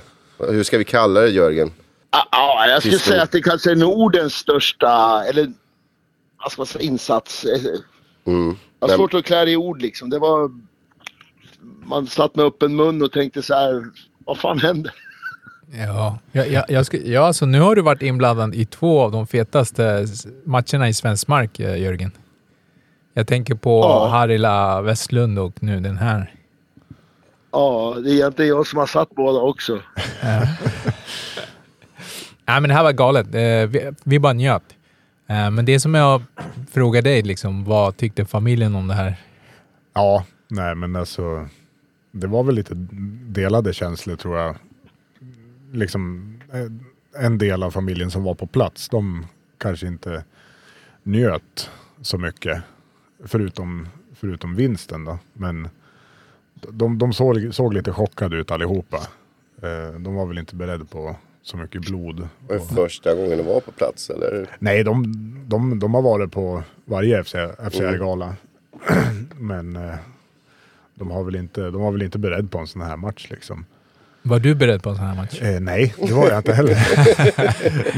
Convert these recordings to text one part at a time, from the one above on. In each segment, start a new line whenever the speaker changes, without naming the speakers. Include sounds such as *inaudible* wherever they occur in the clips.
hur ska vi kalla det Jörgen?
Ja, ja, Ah, jag skulle
Visst,
säga
men-
att det kanske är Nordens största eller, vad ska man säga, insats. Eh, Jag har
Men-
svårt att klä det i ord liksom. Det var, man satt med öppen mun och tänkte så här, vad fan hände?
Ja, jag, jag, jag sku, ja alltså, nu har du varit inblandad i två av de fetaste s- matcherna i svensk mark, eh, Jörgen. Jag tänker på
Ja.
Harila Westlund och nu den här.
Ja, det är egentligen jag som har satt båda också.
Nej, men det här var galet. Eh, vi, vi bara njöt. Eh, men det som jag frågar dig, liksom, vad tyckte familjen om det här?
Ja, nej men alltså. Det var väl lite delade känslor tror jag. Liksom eh, en del av familjen som var på plats, de kanske inte njöt så mycket. Förutom, förutom vinsten då. Men de, de såg, såg lite chockade ut allihopa. Eh, De var väl inte beredda på så mycket blod.
Var det första gången du var på plats eller?
Nej, de, de, de har varit på varje FCR-gala. *clears throat* Men eh, de, har väl inte, de var väl inte beredd på en sån här match liksom.
Var du beredd på en sån här match?
Eh, nej, det var jag inte heller.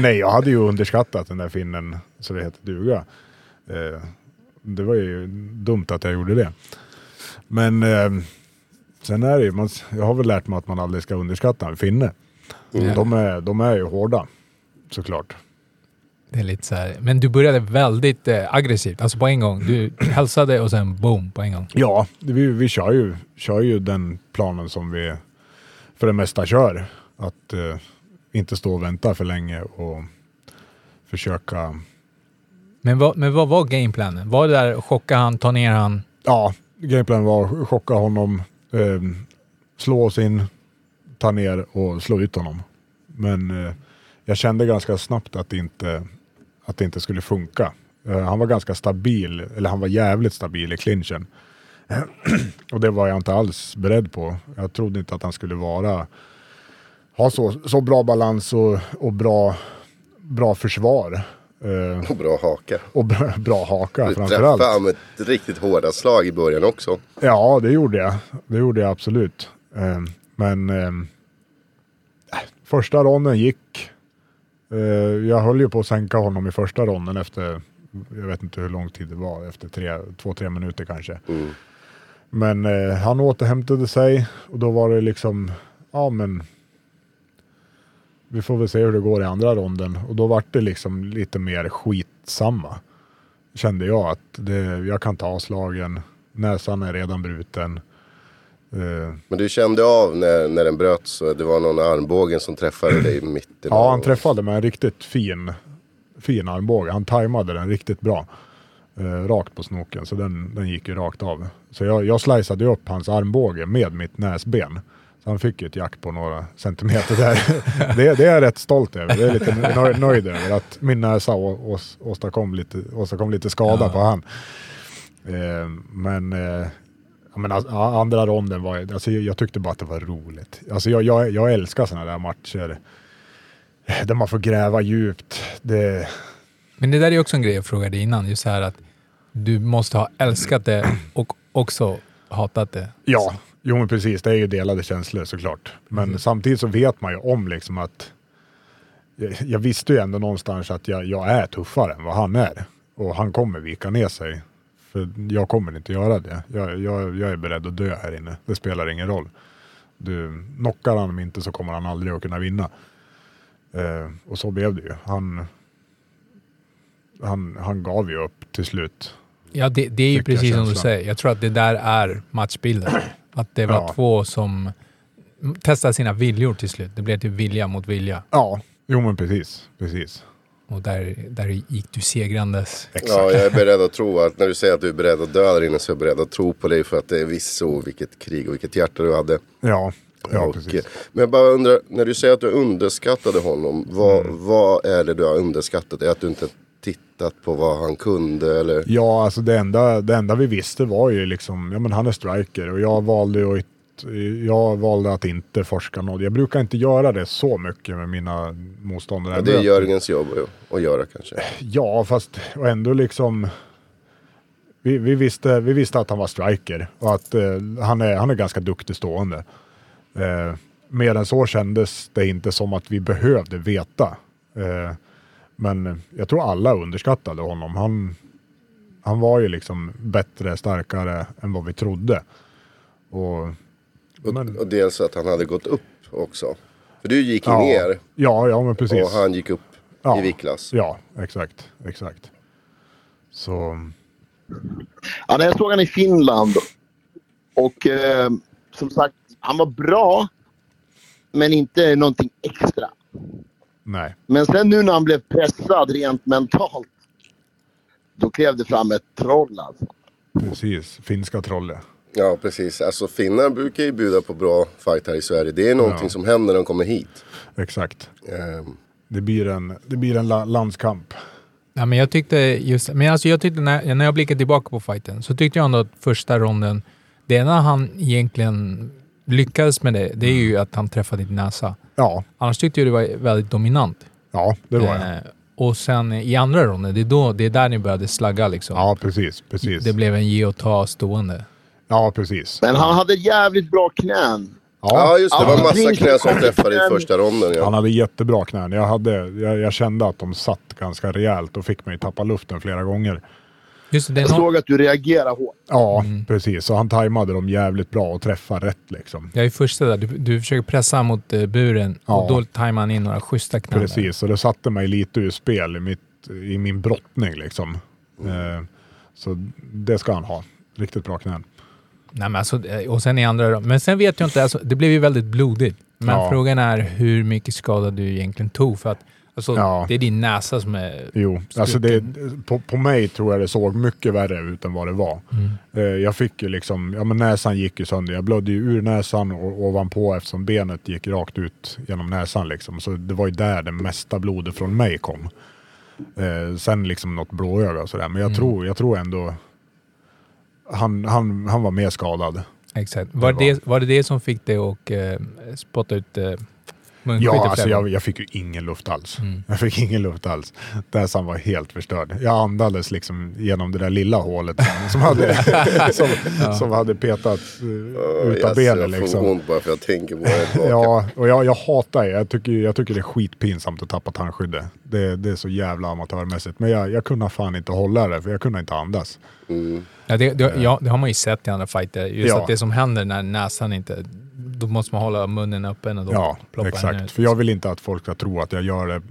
*laughs* nej, jag hade ju underskattat den där finnen så det heter duga. Eh, det var ju dumt att jag gjorde det. Men eh, sen är det ju, man, jag har väl lärt mig att man aldrig ska underskatta en finne. De, är, de är ju hårda, såklart.
Det är lite så här. Men du började väldigt eh, aggressivt, alltså på en gång. Du hälsade och sen boom på en gång.
Ja, vi, vi kör, ju, kör ju den planen som vi för det mesta kör. Att eh, inte stå och vänta för länge och försöka...
Men vad, men vad var gameplanen? Var det där chocka han, ta ner han?
Ja, gameplanen var att chocka honom, eh, slå oss in, ta ner och slå ut honom. Men eh, jag kände ganska snabbt att det inte, att det inte skulle funka. Eh, han var ganska stabil, eller han var jävligt stabil i clinchen. *clears throat* Och det var jag inte alls beredd på. Jag trodde inte att han skulle vara ha så, så bra balans och, och bra, bra försvar. Eh,
Och bra haka.
och bra, bra haka
Du
framförallt.
träffade han med ett riktigt hårda slag i början också.
Ja, det gjorde jag. Det gjorde jag absolut. Eh, Men ehm, äh, första ronden gick. Eh, Jag höll ju på att sänka honom i första ronden efter, jag vet inte hur lång tid det var, efter tre, två, tre minuter kanske. Men eh, han återhämtade sig och då var det liksom, ja men vi får väl se hur det går i andra ronden. Och då vart det liksom lite mer skitsamma kände jag att det, jag kan ta slagen. Näsan är redan bruten. Eh,
Men du kände av när, när den bröt så det var någon armbågen som träffade dig mitt i
Ja, han
någon-
träffade med en riktigt fin, fin armbåge. Han tajmade den riktigt bra. Eh, rakt på snoken, så den, den gick ju rakt av. Så jag, jag sliceade ju upp hans armbåge med mitt näsben. Så han fick ju ett jack på några centimeter där. det, det är jag rätt stolt över. Det är lite nö- nöjd över att min näsa å, ås, åstadkom, lite, åstadkom lite skada på han. Eh, men eh, Ja, men alltså, ja, andra ronden var, alltså, jag, jag tyckte bara att det var roligt. Alltså, jag, jag, jag älskar sådana där matcher där man får gräva djupt. Det,
Men det där är också en grej jag frågade innan, just så här att du måste ha älskat det och också hatat det.
ja, jo men precis, det är ju delade känslor såklart. Men samtidigt så vet man ju om liksom att jag, jag visste ju ändå någonstans att jag, jag är tuffare än vad han är. Och han kommer vika ner sig. För jag kommer inte göra det. Jag, jag, jag är beredd att dö här inne. Det spelar ingen roll. Du, knockar han mig inte så kommer han aldrig att kunna vinna. Eh, och så blev det ju. Han, han, han gav ju upp till slut.
Ja, det, det är
Fick
ju
jag
precis som du
känslan.
säger. Jag tror att det där är matchbilden. Att det var
Ja.
två som testade sina viljor till slut. Det blev till vilja mot vilja.
Ja, jo men precis. precis.
Och där, där gick du segrandes.
Ja, jag är beredd att tro att när du säger att du är beredd att dö där inne så är jag beredd att tro på dig för att det är visst så vilket krig och vilket hjärta du hade.
Ja, ja
Och, eh,
precis.
men jag bara undrar, när du säger att du underskattade honom, vad,
Mm.
vad är det du har underskattat? Är det att du inte tittat på vad han kunde eller?
Ja, alltså det enda, det enda vi visste var ju liksom, ja men han är striker och jag valde ju att jag valde att inte forska något. Jag brukar inte göra det så mycket med mina motståndare.
Ja, det är Jörgens jobb att- att göra kanske.
Ja, fast och ändå liksom. Vi, vi, visste, vi visste att han var striker och att eh, han, är, han är ganska duktig stående. Eh, mer än så kändes det inte som att vi behövde veta. Eh, men jag tror alla underskattade honom. Han, han var ju liksom bättre, starkare än vad vi trodde. Och, men-
Och, och dels att han hade gått upp också. För du gick ju
ja,
ner
Ja, ja, men precis.
och han gick upp
Ja.
i viktklass.
Ja, exakt, exakt. Så
Ja, när jag såg han i Finland. Och eh, som sagt, han var bra. Men inte någonting extra.
nej.
Men sen nu när han blev pressad rent mentalt. Då klev det fram ett troll alltså.
Precis, finska trollet.
Ja, precis. Alltså finnar brukar ju bjuda på bra fight här i Sverige. Det är någonting som händer när de kommer hit.
Exakt.
Ehm,
Det blir en, det blir en la, landskamp.
Ja, men jag tyckte just, men alltså jag tyckte när, när jag blickade tillbaka på fighten så tyckte jag ändå att första ronden, det enda han egentligen lyckades med det, det är
Mm.
ju att han träffade din näsa.
Ja,
Annars tyckte jag det var väldigt dominant.
ja det var jag.
Eh, och sen i andra ronden, det är, då, det är där ni började slagga liksom.
Ja, precis. precis.
Det blev en ge och ta stående.
Ja, precis.
Men han hade jävligt bra knän.
Ja,
Ja,
just det. Det var en massa
Allting som
knän som
kom
träffade i
sen-
första ronden.
han
Ja.
hade jättebra knän. Jag, hade, jag, jag kände att de satt ganska rejält och fick mig tappa luften flera gånger.
Just det, det, är
Jag
nå-
såg att du reagerade hårt.
Ja,
Mm.
precis. Så han tajmade dem jävligt bra och träffade rätt liksom.
jag är första där. Du, du försöker pressa mot eh, buren
Ja.
och då tajmar han in några schyssta knallar.
Precis, och det satte mig lite ur spel i, mitt, i min brottning liksom.
Mm.
Eh, så det ska han ha. Riktigt bra knän.
Nej, men alltså, eh, och sen i andra rum. Men sen vet jag inte, alltså, det blev ju väldigt blodigt. Men
Ja.
frågan är hur mycket skada du egentligen tog. För att alltså,
Ja.
det är din näsa som är...
Jo, alltså det, på, på mig tror jag det såg mycket värre ut än vad det var. Eh, Jag fick ju liksom, ja men näsan gick ju sönder. Jag blödde ju ur näsan och ovanpå eftersom benet gick rakt ut genom näsan liksom. Så det var ju där det mesta blodet från mig kom. Eh, sen liksom något blåöga och sådär. Men jag, tror, jag tror ändå han, han, han var mer skadad.
Exakt. Var
Det
det, det, var det det som fick dig att eh, spotta ut eh, munskyddet?
Ja, alltså
flera
jag,
gånger?
jag fick ju ingen luft alls. Jag fick ingen luft alls. Näsan var helt förstörd. Jag andades liksom genom det där lilla hålet som- som hade, som, som hade petat uh, ut av
Yes,
benet.
jag får
Liksom.
ont bara för jag tänker på
*laughs*
det. tillbaka.
Ja, och jag, jag hatar det. Jag tycker, jag tycker det är skitpinsamt att tappa tandskyddet. Det, det är så jävla amatörmässigt. Men jag, jag kunde fan inte hålla det, för jag kunde inte andas.
Ja, det, det, ja, det har man ju sett i andra fighter. Just
Eh. Ja.
att det som händer när näsan inte... Då måste man hålla munnen öppen och då
Ja,
ploppar den
exakt.
ut.
För jag vill inte att folk ska tro att jag gör det.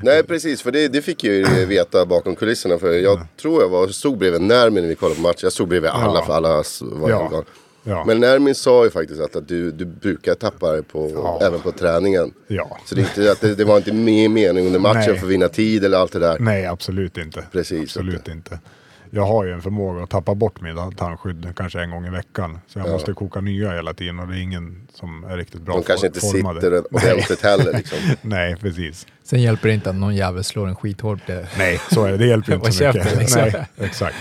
Nej, precis. För det, det fick jag
*clears throat*
ju veta bakom kulisserna. För jag tror jag var, stod bredvid Närmin när vi kollade på matchen. Jag stod bredvid alla,
Ja.
för alla s- var
Ja,
ja.
Ja.
Men Nermin sa ju faktiskt att, att du, du brukar tappa det på,
Ja.
även på träningen.
Ja.
Så det, är inte, att det, det var inte mer mening under matchen
Nej.
för att vinna tid eller allt det där.
Nej, absolut inte.
Precis,
Absolut inte. Jag har ju en förmåga att tappa bort mina tandskydd kanske en gång i veckan. Så jag måste koka nya hela tiden och det är ingen som är riktigt bra
De kanske inte
formade. *laughs*
sitter ordentligt heller liksom.
Nej, precis.
Sen hjälper det inte att någon jävel slår en eh, skithård det.
Nej, så är det. Det
*laughs*
hjälper inte
Vad
så mycket.
käften, liksom.
Nej, exakt.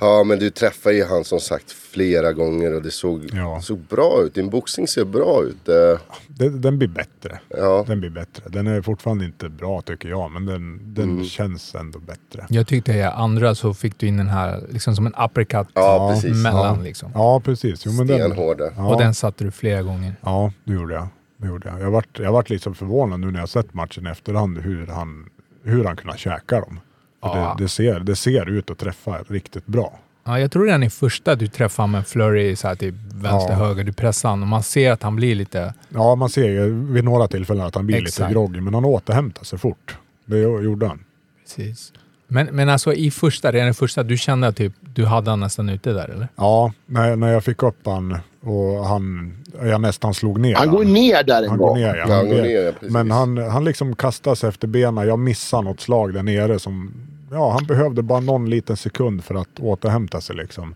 Ja men du träffade ju han som sagt flera gånger och det såg,
Ja.
såg bra ut. Din boxning ser bra ut. Eh,
Den, den blir bättre.
Ja.
Den blir bättre. Den är fortfarande inte bra tycker jag, men den, den
Mm.
känns ändå bättre.
Jag tyckte i andra så fick du in den här liksom som en uppercut
Ja, precis.
mellan
ja.
liksom.
Ja, precis. Jo, men den,
Stenhård där.
ja,
Och den satte du flera gånger.
ja, det gjorde jag. Det gjorde jag. Jag vart, jag vart liksom förvånad nu när jag sett matchen i efterhand hur han, hur han kunde käka dem. För
Ja.
Det, det, ser, det ser ut att träffa riktigt bra.
Ja, jag tror redan i första du träffar med flurry så här till vänster,
Ja.
höger, du pressar han och man ser att han blir lite...
Ja, man ser ju vid några tillfällen att han blir
Exakt.
lite groggy, men han återhämtar sig fort. Det gjorde han.
Precis. Men, men alltså i första, redan i första, du kände att typ, du hade han nästan ute där eller?
Ja, när, när jag fick upp han och han, jag nästan slog ner
Han går ner där en
Han går
gång.
ner, ja.
Ja, han går ner, ja, precis.
Men han, han liksom kastas efter benen. Jag missar något slag där nere som... Ja, han behövde bara någon liten sekund för att återhämta sig liksom.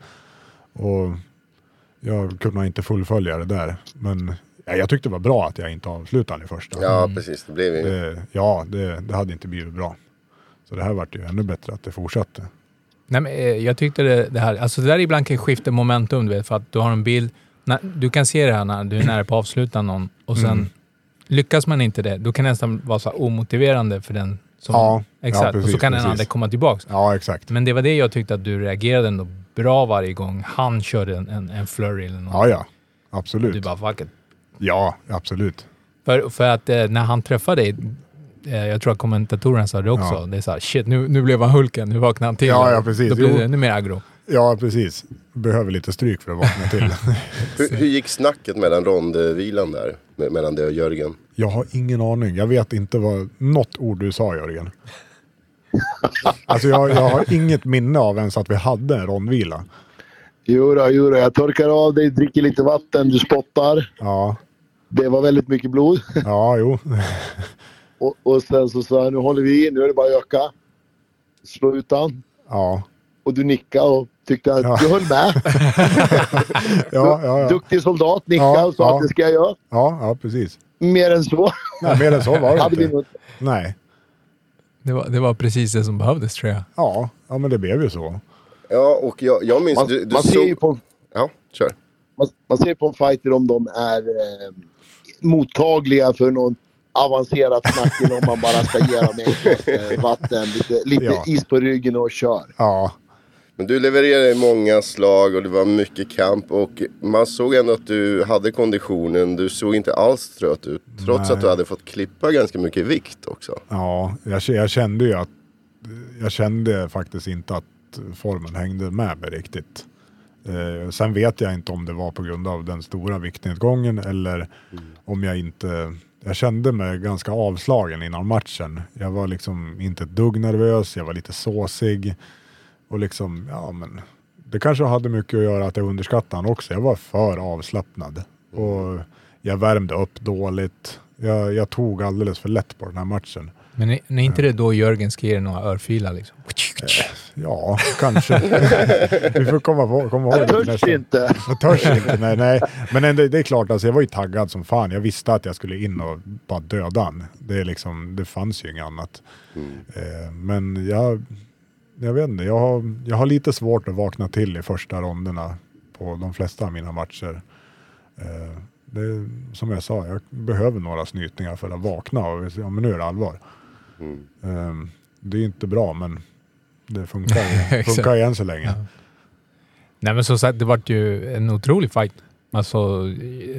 Och jag kunde inte fullfölja det där. Men ja, jag tyckte det var bra att jag inte avslutade i första.
Ja precis, det blev ju.
Det, ja, det, det hade inte blivit bra. Så det här vart ju ännu bättre att det fortsatte.
Nej, men, eh, jag tyckte det, det här, alltså det där ibland kan skifta momentum, du vet, för att du har en bild, när, du kan se det här när du är nära på att avsluta någon och sen
Mm.
lyckas man inte det, då kan det nästan vara så här omotiverande för den som...
Ja, ja,
exakt. och så
precis,
kan
precis.
den andra komma tillbaka.
Ja, exakt.
Men det var det jag tyckte att du reagerade ändå bra varje gång han körde en, en, en flurry eller något.
Ja, ja.
Du
Absolut.
bara fuck it.
Ja, absolut.
För, för att eh, när han träffade dig, eh, jag tror att kommentatorerna sa det också,
Ja.
det är såhär shit nu, nu blev han Hulken, nu vaknade han till.
Ja, ja, precis.
Då blev
Jo.
du ännu mer aggro.
Ja, precis. Behöver lite stryk för att vakna till.
Hur, hur gick snacket mellan rondvilan där? Me- Mellan dig och Jörgen?
Jag har ingen aning. Jag vet inte vad något ord du sa Jörgen. Alltså jag, jag har inget minne av ens att vi hade en rondvila.
Jodå, jodå. Jag torkar av dig, dricker lite vatten, du spottar.
Ja,
Det var väldigt mycket blod. *laughs*
ja jo.
Och, och sen så sa jag, nu håller vi i, nu är det bara att öka. Slå ut han.
Ja,
Och du nickade och tyckte att
Ja.
du höll med.
*laughs* ja, ja, ja.
Duktig soldat nickade
Ja,
och sa
ja.
att det ska jag göra.
ja, ja precis.
Mer än så.
Nej, mer än så var
*laughs* Hade
det
vi något.
inte. Nej.
Det var, det var precis det som behövdes tror jag.
Ja, ja, men det blev ju så.
Ja och jag, jag minns...
Man,
du, du
man, ser
såg-
ju på,
Ja, kör.
man, man ser på en fighter om de är eh, mottagliga för någon avancerat snack eller om man bara ska ge dem en glas, eh, vatten, lite, lite
Ja.
is på ryggen och kör.
Ja,
Men du levererade många slag och det var mycket kamp och man såg ändå att du hade konditionen. Du såg inte alls trött ut. Trots att du hade fått klippa ganska mycket vikt också.
ja jag, k- jag kände ju att... Jag kände faktiskt inte att formen hängde med mig riktigt. Eh, sen vet jag inte om det var på grund av den stora viktnedgången eller om jag inte... Jag kände mig ganska avslagen innan matchen. Jag var liksom inte ett dugg nervös, jag var lite såsig. Och liksom, ja men... Det kanske hade mycket att göra att jag underskattade honom också. Jag var för avslappnad. Och jag värmde upp dåligt. Jag, jag tog alldeles för lätt på den här matchen.
Men är, är inte det då Jörgen ska ge dig några örfilar liksom?
Ja, kanske. Vi får komma, på, komma ihåg
Jag
det
törs
nästa-
inte.
Jag törs inte, nej, nej. Men ändå, det är klart, alltså, jag var ju taggad som fan. Jag visste att jag skulle in och bara döda han. Det, är liksom, det fanns ju inget annat.
Mm.
Eh, men jag, jag vet inte, jag har, jag har lite svårt att vakna till i första ronderna på de flesta av mina matcher. Eh, det, som jag sa, jag behöver några snytningar för att vakna och ja, men nu är det allvar. Eh, det är ju inte bra, men det funkar ju
Exakt.
funkar ju än så länge.
Nej men som sagt, det vart ju en otrolig fight. Alltså,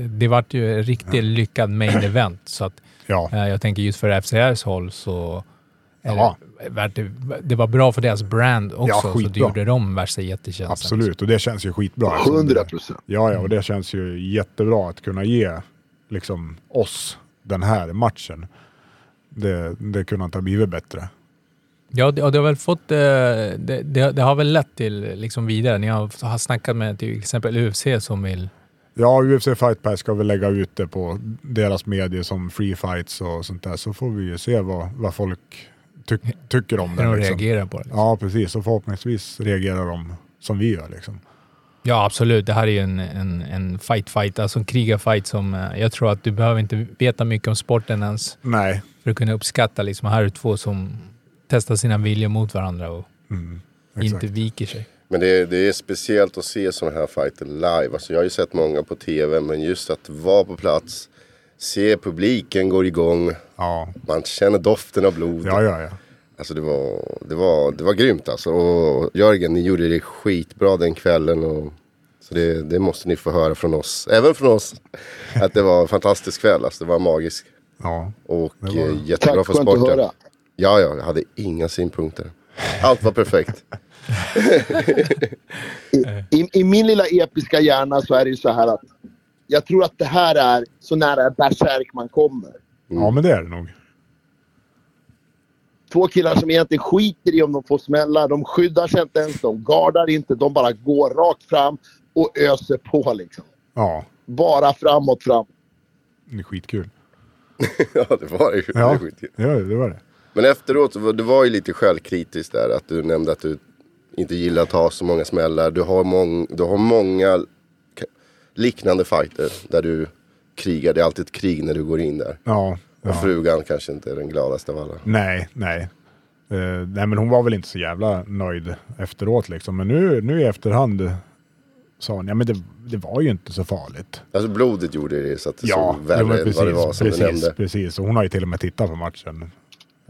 det vart ju en riktigt lyckad main event. Så att,
Ja.
eh, jag tänker just för FCRs håll så... är
Ja.
det värt det, det var bra för deras brand
Ja,
också, så det
skitbra.
gjorde dem värsta jättetjänsten.
Absolut, och det känns ju skitbra. Alltså, det-
100 procent.
Ja, ja, och det känns ju jättebra att kunna ge liksom, oss den här matchen. Det, det kunde inte ha blivit bättre.
Ja, det, och det har väl fått... eh, Det, det, det har väl lett till liksom vidare. Ni har, har snackat med till exempel UFC som vill...
Ja, UFC Fight Pass ska vi lägga ut det på deras medier som Free Fights och sånt där. Så får vi ju se vad, vad folk tyck, tycker om
De
det. liksom.
reagerar på det. Liksom.
Ja, precis. Och förhoppningsvis reagerar de som vi gör. Liksom.
Ja, absolut. Det här är ju en, en, en fight fight, alltså en krigarfight som eh, jag tror att du behöver inte veta mycket om sporten ens
Nej,
för att kunna uppskatta liksom. Här är två som testar sina viljor mot varandra och
exakt.
inte viker sig.
Men det är, det är speciellt att se sådana här fighter live. Alltså jag har ju sett många på tv, men just att vara på plats, se publiken går igång,
Ja,
man känner doften av blod.
ja, ja. ja.
Alltså det var, det var, det var grymt alltså. Och Jörgen, ni gjorde det skitbra den kvällen. Och, så det, det måste ni få höra från oss, även från oss, att det var en fantastisk kväll. Alltså det var magiskt
ja.
och
var
eh,
det.
jättebra
Tack,
för
skönt att
sporten.
höra.
Ja, ja, jag hade inga synpunkter. Allt var
*laughs*
perfekt.
I, I min lilla episka hjärna så är det ju så här att jag tror att det här är så nära bärsärk man kommer.
ja, men det är det nog.
Två killar som egentligen skiter i om de får smälla. De skyddar sig inte ens, de gardar inte. De bara går rakt fram och öser på liksom.
Ja,
Bara framåt, framåt.
det är skitkul.
ja, det var ju. Det var
Ja,
skitkul.
ja det var det.
Men efteråt, så var- det var ju lite självkritiskt där att du nämnde att du inte gillar att ha så många smällar. Du har, mång, du har många k- liknande fighter där du krigar. Det är alltid ett krig när du går in där.
Ja,
Och
ja.
frugan kanske inte är den gladaste av alla.
Nej, nej. Eh, nej, men hon var väl inte så jävla nöjd efteråt liksom. Men nu, nu i efterhand sa hon, ja men det, det var ju inte så farligt.
Alltså blodet gjorde det så att det
Ja,
såg
det var
värre än
precis,
vad det var som du
precis,
nämnde.
precis. Och hon har ju till och med tittat på matchen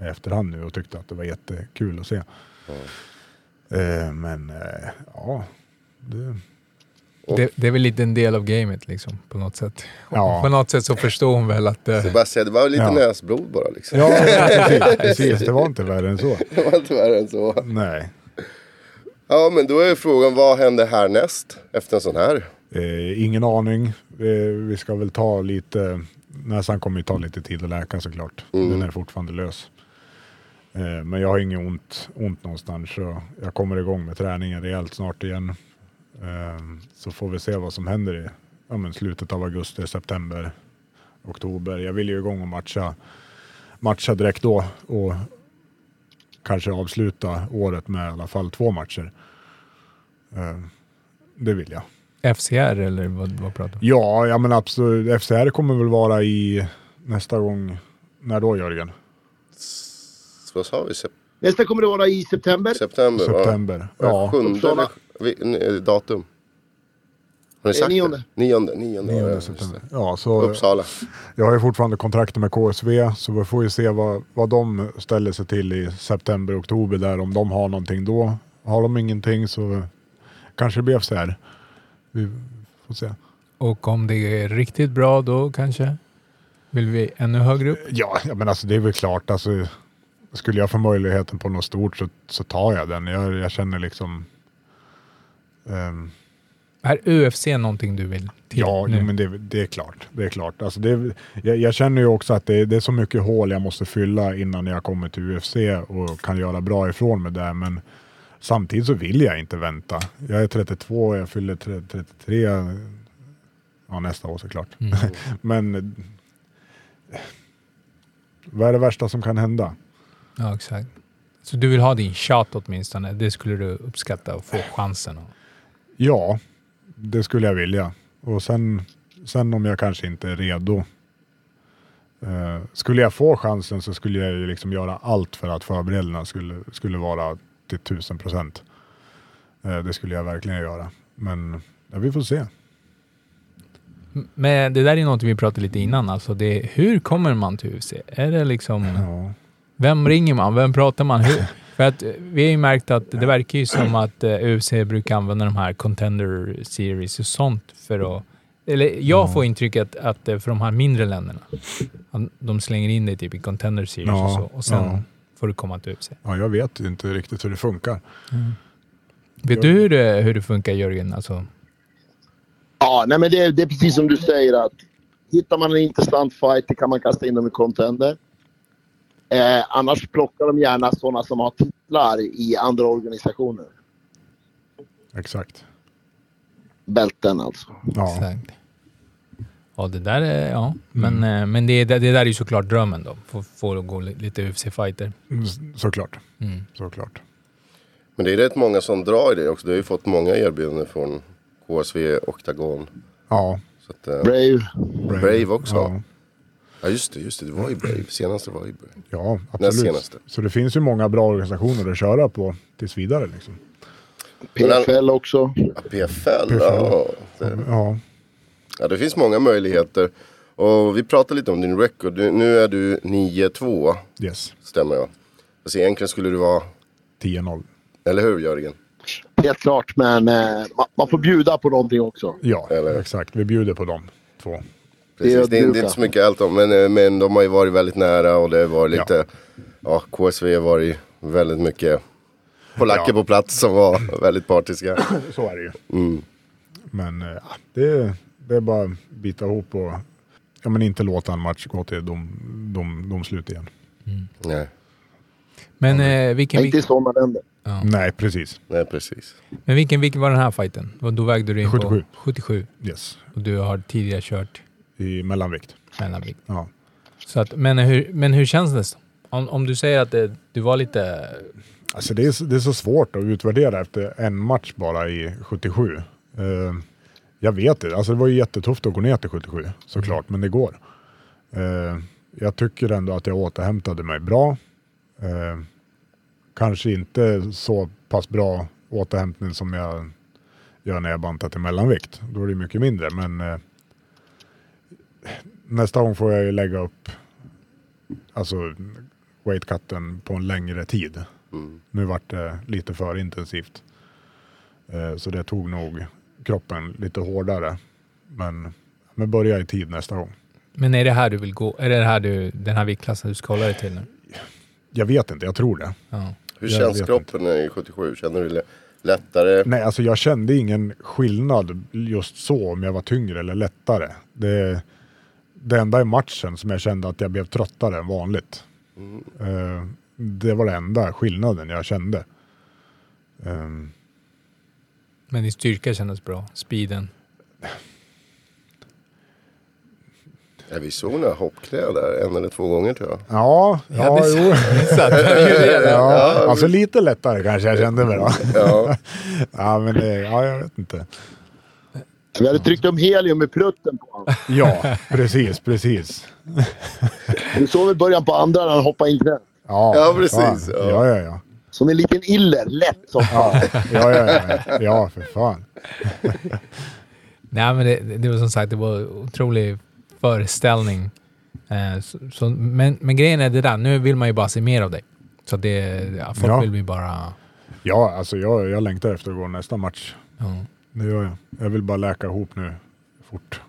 i efterhand nu och tyckte att det var jättekul att se. Eh, men eh, ja, det,
*laughs*
Det, det är väl lite en del av gamet liksom, på något sätt.
Ja.
*laughs* På något sätt så förstår hon väl att... eh,
Det, bara, att säga, det var lite
Ja.
näsblod bara liksom.
ja precis, precis. Det var inte värre än så.
*laughs* Det var inte värre än så.
Nej.
Ja men då är frågan vad händer härnäst efter en sån här?
Eh, ingen aning. Eh, vi ska väl ta lite... Näsan kommer ju ta lite tid att läka såklart. Den är fortfarande lös. Eh, men jag har inget ont, ont någonstans så jag kommer igång med träningen rejält snart igen. Eh, så får vi se vad som händer i ja, men slutet av augusti, september, oktober. Jag vill ju igång och matcha, matcha direkt då och kanske avsluta året med i alla fall två matcher. Eh, det vill jag.
FCR eller vad, vad pratar du
Ja, ja men absolut. FCR kommer väl vara i nästa gång. När då Jörgen?
S- Vad sa vi? Sep-
Nästa kommer det vara i september.
September? va?
September. Ja,
Sjunde
Uppsala. Eh,
eller, vi- n- eh, datum? Har ni sagt
nionde.
det? Nionde. Nionde. ja,
9
just
september.
det.
Ja, så
Uppsala.
jag har ju fortfarande kontrakt med KSV så vi får ju se vad, vad de ställer sig till i september, oktober där om de har någonting då. Har de ingenting så kanske det blir FCR. Vi får se.
Och om det är riktigt bra då kanske? Vill vi ännu högre upp?
Ja, ja, men alltså det är väl klart. Alltså, skulle jag få möjligheten på något stort så, så tar jag den. Jag, jag känner liksom... ehm,
Är UFC någonting du vill till
Ja,
nu?
jo, men det, det är klart. Det är klart. Alltså det, jag, jag känner ju också att det, det är så mycket hål jag måste fylla innan jag kommer till UFC och kan göra bra ifrån mig där. Men samtidigt så vill jag inte vänta. Jag är 32, jag fyller tre- 33 ja, nästa år såklart. *laughs* men eh, vad är det värsta som kan hända?
Ja, exakt. Så du vill ha din shot åtminstone? Det skulle du uppskatta att få chansen? Och...
Ja, det skulle jag vilja. Och sen, sen om jag kanske inte är redo. Eh, skulle jag få chansen så skulle jag ju liksom göra allt för att förberedelserna skulle, skulle vara till tusen procent. Eh, det skulle jag verkligen göra. Men ja, vi får se.
Men det där är något vi pratade lite innan. Alltså det, hur kommer man till UFC? Är det liksom,
Ja,
vem ringer man? Vem pratar
*laughs*
man? Hur? För att eh, vi har ju märkt att det verkar ju som att eh, UFC brukar använda de här contender series och sånt för att... Eller jag får intrycket att det är för de här mindre länderna. Att De slänger in dig typ i contender series
Ja,
och så. Och sen
ja.
får du komma till UFC.
ja jag vet ju inte riktigt hur det funkar.
Vet du hur det, hur det funkar Jörgen? Alltså,
Ja, nej, men det, det är precis som du säger att hittar man en intressant fight det kan man kasta in dem i contender. Eh, annars plockar de gärna sådana som har titlar i andra organisationer.
Exakt.
Bälten alltså.
Ja. Mm.
Exakt. Ja, det där är... Ja. Men, eh, men det, det där är ju såklart drömmen då. Få, få gå li- lite UFC-fighter.
S- Såklart. Såklart.
Men det är rätt många som drar i det också. Du har ju fått många erbjudanden från KSV, Octagon.
Ja.
Så att, eh,
Brave.
Brave också.
Ja,
ja just det, just det. Du var i Brave. Senaste var i Brave.
ja
Näst
absolut.
senaste.
Så det finns ju många bra organisationer att köra på tills vidare. Liksom.
PFL också.
Ja, PFL, ja. Det,
Ja.
ja. Det finns många möjligheter. Och vi pratade lite om din record. Du, nu är du 9-2,
Yes.
stämmer jag. Alltså egentligen skulle du vara,
10-0.
eller hur Jörgen?
Helt klart, men eh, ma- man får bjuda på någonting också.
Ja,
Eller-
exakt. Vi bjuder på dem två.
Det är
Precis, det, är, det är
ödmjuka.
inte så mycket allt om. Men, eh, men de har ju varit väldigt nära och det har varit
Ja.
lite... Ja, KSV har varit väldigt mycket polacker
Ja.
på plats som var *laughs* väldigt partiska.
Så är det ju. Men eh, ja, det, är- det är bara att bita ihop och ja, men inte låta en match gå till dom, dom, domslut igen.
Nej,
Men, eh, vilken,
Inte i
vik,
sådana länder.
Nej, precis.
nej precis.
men vilken vikt var den här fighten? Vad- Då vägde du in
77.
på 77.
Yes.
Och du har tidigare kört
I mellanvikt.
mellanvikt.
Ja.
Så att, men, hur, men hur känns det? Om, om du säger att det, du var lite...
Alltså det, är, så- det är så svårt att utvärdera efter en match bara i 77. Eh, jag vet det. Alltså det var ju jättetufft att gå ner till 77 såklart, men det går. Eh, jag tycker ändå att jag återhämtade mig bra. Eh, kanske inte så pass bra återhämtning som jag gör när jag bantar till mellanvikt. Då är det mycket mindre, men eh, nästa gång får jag ju lägga upp alltså weightcutten på en längre tid. Nu vart det lite för intensivt. Eh, Så det tog nog kroppen lite hårdare. Men, men börja i tid nästa gång.
Men är det här du vill gå? Är det här du, den här viktklassen du ska hålla dig till nu?
Jag vet inte, jag tror det.
Ja.
Hur
Jag
känns
vet
kroppen i 77? Känner du det lättare?
Nej, alltså jag kände ingen skillnad just så om jag var tyngre eller lättare. Det, det enda i matchen som jag kände att jag blev tröttare än vanligt. Eh, Det var den enda skillnaden jag kände. Eh,
Men din styrka kändes bra. Speeden.
Ja, vi såg några hoppkläder en eller två gånger tror jag.
Ja, ja,
det-
jo. *laughs*
Så att,
ja, alltså lite lättare kanske jag kände mig då.
Ja,
Ja, men det, ja, jag vet inte.
Vi hade tryckt om helium i prutten på honom.
Ja, precis, precis.
Du såg väl början på andra när han hoppade in knät.
Ja,
Ja, precis, ja.
Ja, ja, ja.
Som en liten iller. Lätt som fan.
Ja, ja, ja. ja för fan.
Nej, men det, det var som sagt, det var en otrolig föreställning. Eh, så, så, men, men grejen är det där, nu vill man ju bara se mer av dig. Så det, ja, folk
Ja.
vill ju bara...
Ja, alltså jag, jag längtar efter att gå nästa match.
Ja.
Det gör jag. Jag vill bara läka ihop nu fort.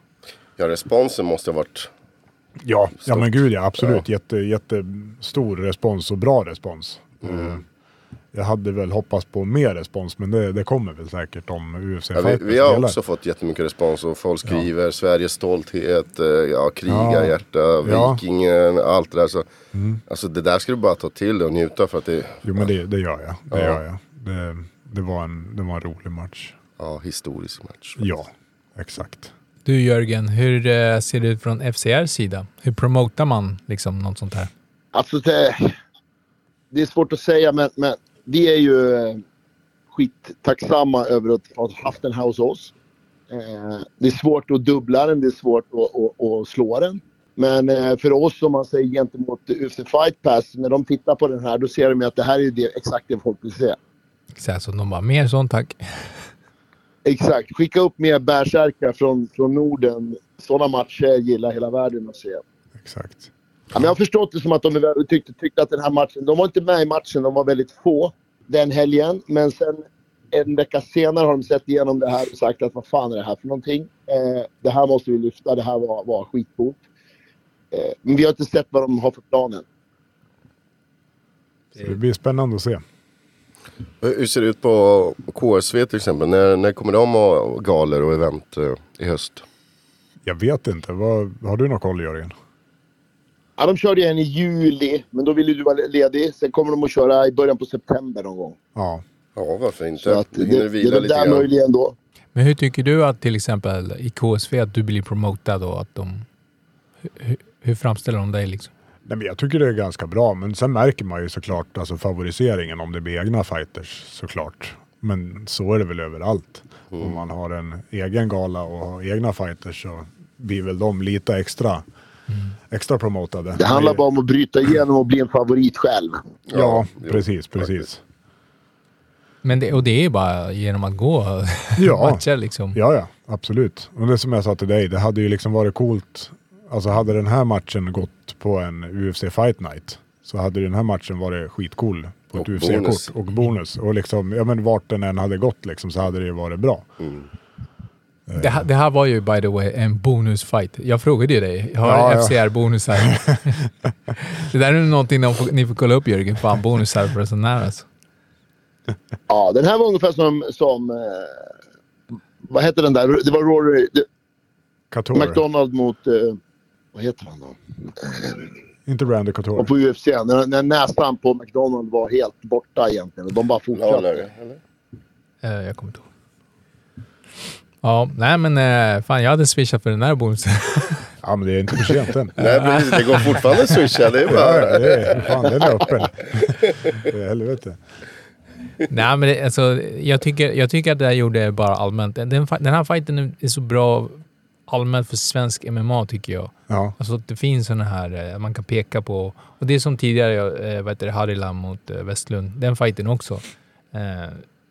ja responsen måste ha varit...
Ja, ja men gud ja, absolut. Jätte, jättestor respons och bra respons.
Mm.
Eh, Jag hade väl hoppats på mer respons, men det, det kommer väl säkert om UFC
Ja, vi, vi har också fått jättemycket respons och folk skriver Sveriges stolthet, eh, ja, kriga
Ja.
hjärta,
Ja.
vikingen, allt det där. Så,
Mm.
Alltså det där ska du bara ta till dig och njuta för att det
Jo, men det, det gör jag.
Ja.
Det gör jag. Det, det, var en, det var en rolig match.
Ja, historisk match.
Ja, exakt.
Du Jörgen, hur eh, ser det ut från FCRs sida? Hur promotar man liksom något sånt här?
Alltså, det, det är svårt att säga, men, men vi är ju eh, skittacksamma över att ha haft den här hos oss. Eh, det är svårt att dubbla den, det är svårt att, att, att slå den. Men eh, för oss, om man säger gentemot UFC Fight Pass, när de tittar på den här, då ser de ju att det här är ju det, exakt det folk vill se.
Så, här, så de bara, mer sånt tack.
Exakt. Skicka upp mer bärsärkar från, från Norden. Sådana matcher gillar hela världen att se.
Exakt.
Ja, men jag har förstått det som att de är väl- tyckte, tyckte att den här matchen, de var inte med i matchen, de var väldigt få den helgen. Men sen en vecka senare har de sett igenom det här och sagt att vad fan är det här för någonting? Eh, det här måste vi lyfta, det här var, var skitcoolt. Eh, men vi har inte sett vad de har för planen.
Så det blir spännande att se.
Hur hur ser det ut på KSV till exempel? När, när kommer de ha galor och event eh, i höst?
Jag vet inte. Vad, har du någon koll Jörgen?
Ja, de körde ju en i juli, men då ville du vara ledig. Sen kommer de att köra i början på september någon gång.
Ja.
Ja, varför
Så
inte?
att
Du
det,
hinner
det, det
vila
är det
lite
där
grann.
möjligen då.
Men hur tycker du att till exempel i KSV att du blir promotad och att de... Hur, hur framställer de dig liksom?
Nej, men jag tycker det är ganska bra, men sen märker man ju såklart alltså favoriseringen om det blir egna fighters såklart. Men så är det väl överallt. Om man har en egen gala och har egna fighters så blir väl de lite extra, extra promotade.
Det handlar bara om att bryta igenom och bli en favorit själv.
Ja,
jo,
precis, precis.
faktiskt.
Men det, och det är ju bara genom att *laughs* gå
Ja.
matcher liksom.
Ja, ja, absolut. Och det som jag sa till dig, det hade ju liksom varit coolt. Alltså hade den här matchen gått på en UFC Fight Night så hade den här matchen varit skitcool på ett
Och bonus.
UFC-kort och bonus. Och liksom, ja men vart den än hade gått liksom så hade det ju varit bra.
Det, här- det här var ju by the way en bonusfight. Jag frågade ju dig, har
Ja, ja.
FCR-bonusar?
*laughs*
det där är någonting de får, ni får kolla upp Jörgen. Fan, bonusar för sån här alltså.
Ja, den här var ungefär som... som eh, vad hette den där? Det var Rory... Det,
Couture.
McDonald mot... Eh, vad heter han då?
Inte Randy
Och
Couture.
på UFC. När, när näsan på McDonald var helt borta egentligen. De bara
Lawler,
fortsatte.
eller?
Eh, jag kommer inte ihåg. Ja, nej men eh, fan jag hade swishat för den här bonusen. *laughs*
Ja men det är inte för sent än.
*laughs* Nej, precis. Det går fortfarande att swisha. Det är
Ja,
bara...
ja, det är, fan, den är öppen. *laughs* Det är Helvete.
nej men det, alltså, jag, tycker, jag tycker att det här gjorde bara allmänt. Den, den, fi- den här fighten är så bra allmänt för svensk MMA tycker jag.
Ja,
Alltså att det finns sådana här eh, man kan peka på. Och det är som tidigare, eh, vad heter det, Harila mot eh, Westlund. Den fighten också. Eh,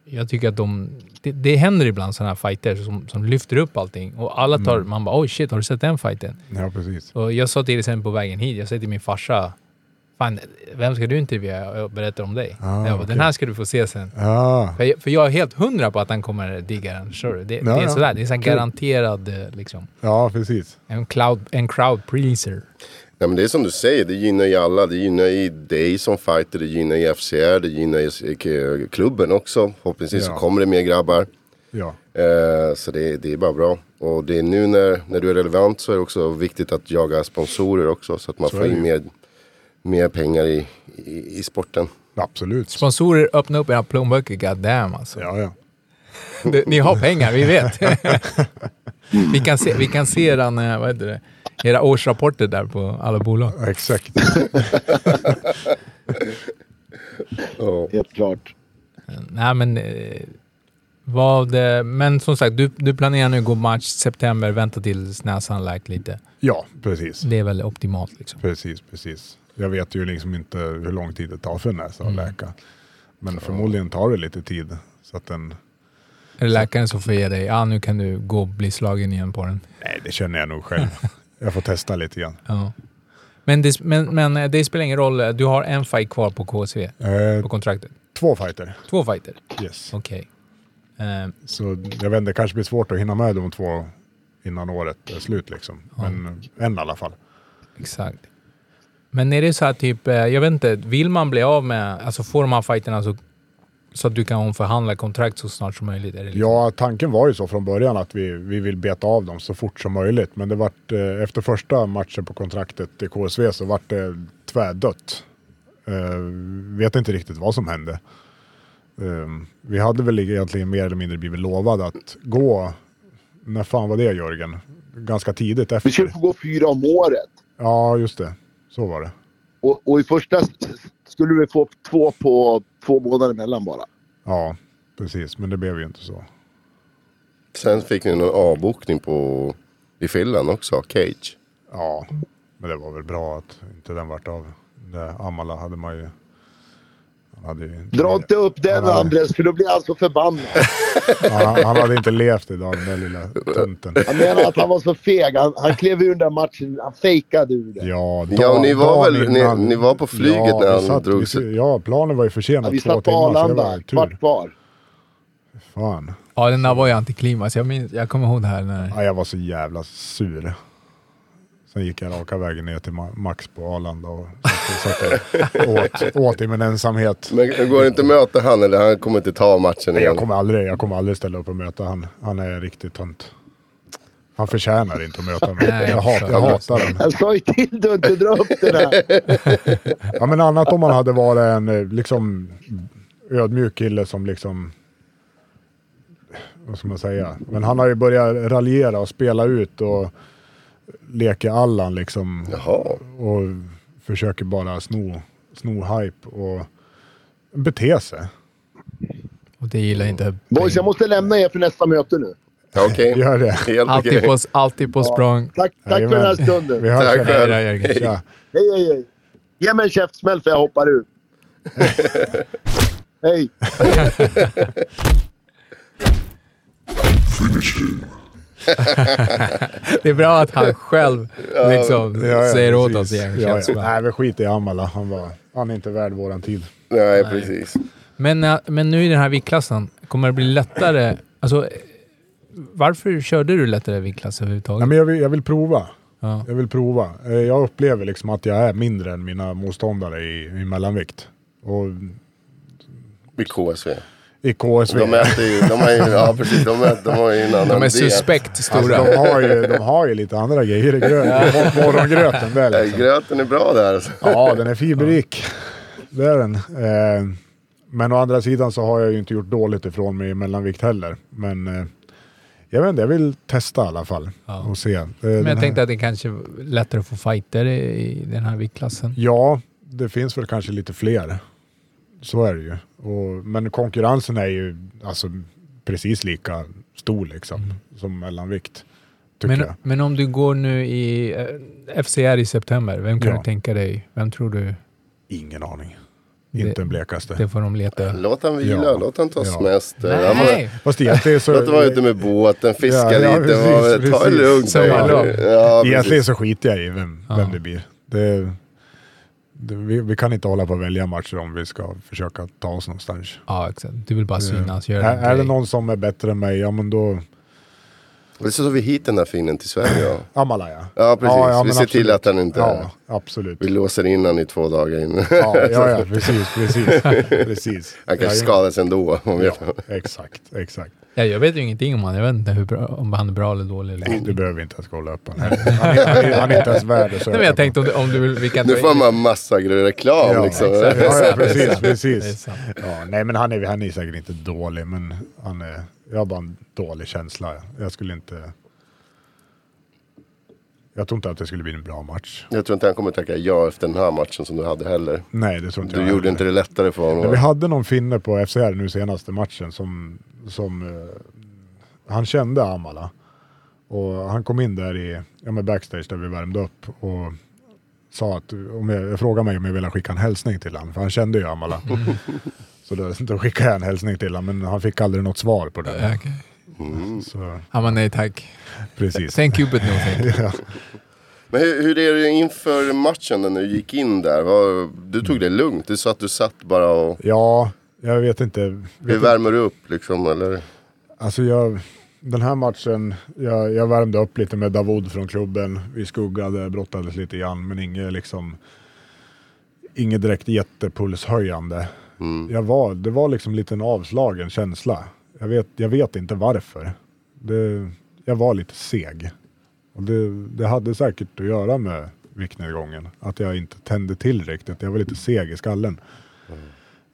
jag tycker att de, det, det händer ibland sådana här fighter som, som lyfter upp allting. Och alla tar,
Mm.
man bara oj shit, har du sett den fighten?
ja precis.
Och jag sa till exempel på vägen hit, jag sa till min farsa, fan, vem ska du intervjua? Jag berättar om dig.
Ah,
jag bara,
okej.
Den här ska du få se sen.
Ja,
För jag, för jag är helt hundra på att han kommer digga den. Förstår du? Det, det är
ja.
sådär, det är så här
Kul.
garanterad eh, liksom.
ja precis.
En cloud, en crowd pleaser.
Nej, men det är som du säger, det gynnar ju alla. Det gynnar ju dig som fighter, det gynnar ju FCR, det gynnar ju k- klubben också. Förhoppningsvis så
Ja.
kommer det mer grabbar.
Ja,
Eh, så det, det är bara bra. Och det är nu när, när du är relevant så är det också viktigt att jaga sponsorer också. Så att man
Så är
får
det
in
ju.
mer, mer pengar i, i, i sporten.
absolut.
Sponsorer, öppna upp era plånböcker, goddamn alltså. *laughs*
Ja, ja.
Du, ni har pengar, vi vet. *laughs* vi, kan se, vi kan se eran, eh, vad heter det, era årsrapporter där på alla bolag.
Exakt.
Ja.
Helt klart.
Nej, men... Eh, vad, eh, men som sagt, du, du planerar nu gå match september, vänta tills näsan läkt lite.
Ja, precis.
Det är väl optimalt liksom.
Precis, precis. Jag vet ju liksom inte hur lång tid det tar för en näsa att läka. Men förmodligen tar det lite tid. Så att den...
Är det läkaren som får ge dig, ja nu kan du gå och bli slagen igen på den.
Nej, det känner jag nog själv. jag får testa lite grann.
Ja. Men, det, men, men eh, det spelar ingen roll, eh, du har en fight kvar på KSV,
Eh,
på kontraktet.
två fighter.
Två fighter?
Yes.
Okej. Eh,
Så jag vet inte, det kanske blir svårt att hinna med de två innan året är slut liksom. Men en i alla fall.
Exakt. Men är det så här typ, eh, jag vet inte, vill man bli av med, alltså får man fighterna så, så att du kan omförhandla kontrakt så snart som möjligt? Är det liksom,
Ja, tanken var ju så från början att vi, vi vill beta av dem så fort som möjligt. Men det vart, eh, efter första matchen på kontraktet i KSV så vart det tvärdött. Eh, vet inte riktigt vad som hände. Eh, vi hade väl egentligen mer eller mindre blivit lovade att gå, när fan var det Jörgen? Ganska tidigt
Vi
efter.
skulle få gå fyra om året.
Ja, just det. Så var det.
Och, och i första s- skulle vi få två på två månader emellan bara.
Ja, precis. Men det blev ju inte så.
Sen fick ni någon avbokning på, i Finland också, Cage.
Ja, men det var väl bra att inte den vart av. Det Amala hade man ju... Han hade ju
Dra inte upp den
Ja.
Andres, för då blir han så förbannad.
Ja, han, han hade inte levt idag, den där lilla tönten.
Han menar att han var så feg. Han, han klev ur den där matchen. Han fejkade ur den.
Ja,
Ja, och ni var
dagen
väl- ni-
innan-
ni var på flyget
ja,
när
vi
han
satt,
drog
vi-
sig-
Ja, planen var ju försenad
vi
två
satt på
timmar, så det var
Arlanda,
ju tur.
kvart kvar.
Fan.
ja, den där var ju antiklimax. Jag, minns, jag kommer ihåg det här. När,
Ja, jag var så jävla sur. Sen gick jag raka vägen ner till Ma- Max på Arlanda och satt och åt, åt i min ensamhet.
Men går det inte att möta han eller han kommer inte ta matchen
Nej,
igen?
jag kommer aldrig, jag kommer aldrig ställa upp och möta han. Han är riktigt tönt. Han förtjänar inte att möta mig.
Nej,
Jag, hat, jag
jag
hatar den.
Jag sa ju till dig att inte dra upp den här.
Ja, men annat om han hade varit en eh, liksom, ödmjuk kille som liksom... Vad ska man säga? Men han har ju börjat raljera och spela ut och leka Allan liksom.
Jaha.
Och försöker bara sno, sno hype och bete sig.
Och det gillar
Mm.
inte...
Boys, jag måste lämna er för nästa möte nu.
Ja, Okej.
Gör det.
Helt okej.
Alltid på, alltid på språng.
Tack, tack för
Jajamän.
den här stunden.
Vi hörs
Tack
sen.
själv.
Hej då, Jörgen.
*laughs* Tja.
Hej, hej, hej. Ge mig en käftsmäll för jag
*laughs*
hoppar ur. hej.
Det är bra att han själv liksom
Ja, ja,
säger åt oss
precis.
igen.
Ja,
känns
ja.
det.
Nej, vi skiter i Amala. Han, var, han är inte värd våran tid.
Nej, precis.
Men, eh, men nu i den här viktklassen, kommer det bli lättare? Alltså, eh, varför körde du lättare viktklass
Nej,
överhuvudtaget?
men jag, vill, jag vill prova.
Ja.
Jag vill prova. Eh, Jag upplever liksom att jag är mindre än mina motståndare i, i mellanvikt. Och
Vid KSV.
i KSV.
De äter ju, de är ju, ja precis, de, äter, de har ju en annan
De är
diet.
suspekt
Alltså,
stora.
de, har ju, de har ju lite andra grejer i gröten. Morgongröten där
Eh,
liksom.
Gröten är bra där. alltså.
Ja, den är fiberrik. Det är den. Eh, Men å andra sidan så har jag ju inte gjort dåligt ifrån mig i mellanvikt heller. Men eh, jag vet inte, jag vill testa i alla fall
Ja.
och se. Eh, den
Men jag
här-
tänkte att det kanske är lättare att få fighter i i den här viktklassen.
Ja, det finns väl kanske lite fler. Så är det ju. Och, men konkurrensen är ju alltså, precis lika stor liksom, som mellanvikt. Tycker
Mm. Men,
jag.
men om du går nu i eh, FCR i september, vem kan
Ja.
du tänka dig? Vem tror du?
Ingen aning.
Det-
Inte den blekaste.
Det får de leta.
Låt han vila,
Ja.
låt han ta
Ja.
semester. Han var-
Nej!
Fast E
*laughs*
egentligen så,
Låt det vara ute med båten, fiska
Ja, ja,
lite,
precis,
var- ta det
precis.
lugnt.
Så är det.
baby. Ja,
egentligen
precis.
så skiter jag i vem, vem det blir. Det, det, vi, vi kan inte hålla på att välja matcher om vi ska försöka ta oss någonstans.
Ja, exakt. Du vill bara synas. Gör
Är,
din
är det
grej.
någon som är bättre än mig, ja men då...
Det är så vi hit den där finnen till Sverige. Ja.
Amalaya.
Ja, precis. Vi
men
ser till att han inte-
Ja, absolut.
Vi låser in han i två dagar innan. *laughs*
Ja, ja, ja precis, precis. precis.
Han kanske
Ja,
skadas ändå. Man vet.
Ja, exakt, exakt.
Ja, jag vet ju ingenting om han. Jag vet inte hur bra, om han är bra eller dålig. Eller.
Nej, du behöver inte ens kolla upp honom. Han, är- han, är- han är inte ens värd att
Nej, men jag tänkte om du, om du vill... Vi kan
Nu
ta
får
in-
man massa grejer reklam
Ja,
liksom.
exakt. ja, ja, precis,
Det är
precis.
sant.
Ja, nej, men han är, han är säkert inte dålig, men han är, jag har bara en dålig känsla. Jag skulle inte... Jag tror inte att det skulle bli en bra match.
Jag tror inte han kommer tacka ja efter den här matchen som du hade heller.
Nej, det tror inte
Du
jag.
gjorde inte det lättare för
Men vi
honom.
hade någon finne på FCR nu senaste matchen som, som eh, han kände Amala. Och han kom in där i ja, men backstage där vi värmde upp och sa att om jag, jag frågade mig om jag ville skicka en hälsning till honom, för han kände ju Amala. Så då, då skickade jag en hälsning till honom, men han fick aldrig något svar på
Ja,
det.
okej.
Så,
Ja, men nej tack.
precis.
Thank you but no thank you.
*laughs*
Men hur, hur är det inför matchen när du gick in där? Vad- Du tog det lugnt? Du sa att du satt bara och...
Ja, jag vet inte.
Hur värmer du upp liksom? Eller?
Alltså jag, den här matchen, jag, jag värmde upp lite med Davud från klubben. Vi skuggade, brottades lite grann, men inget liksom... Inget direkt jättepulshöjande. Jag var, det var liksom lite en avslagen känsla. Jag vet, jag vet inte varför. Det, jag var lite seg. Och det, det hade säkert att göra med viktnedgången. Att jag inte tände till riktigt. Jag var lite seg i skallen.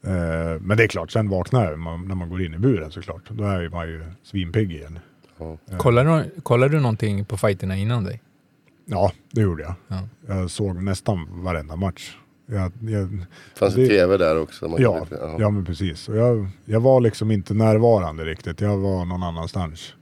Eh, Men det är klart, sen vaknar jag man- när man går in i buren såklart. Då är man ju svinpigg igen.
Kollar du, kollar du någonting på fighterna innan dig?
Ja, det gjorde jag.
Ja.
Jag såg nästan varenda match. Jag, jag,
Fanns det
Det-
tv där också? Man
ja,
kunde-
ja, men precis. Och jag, jag var liksom inte närvarande riktigt. Jag var någon annanstans.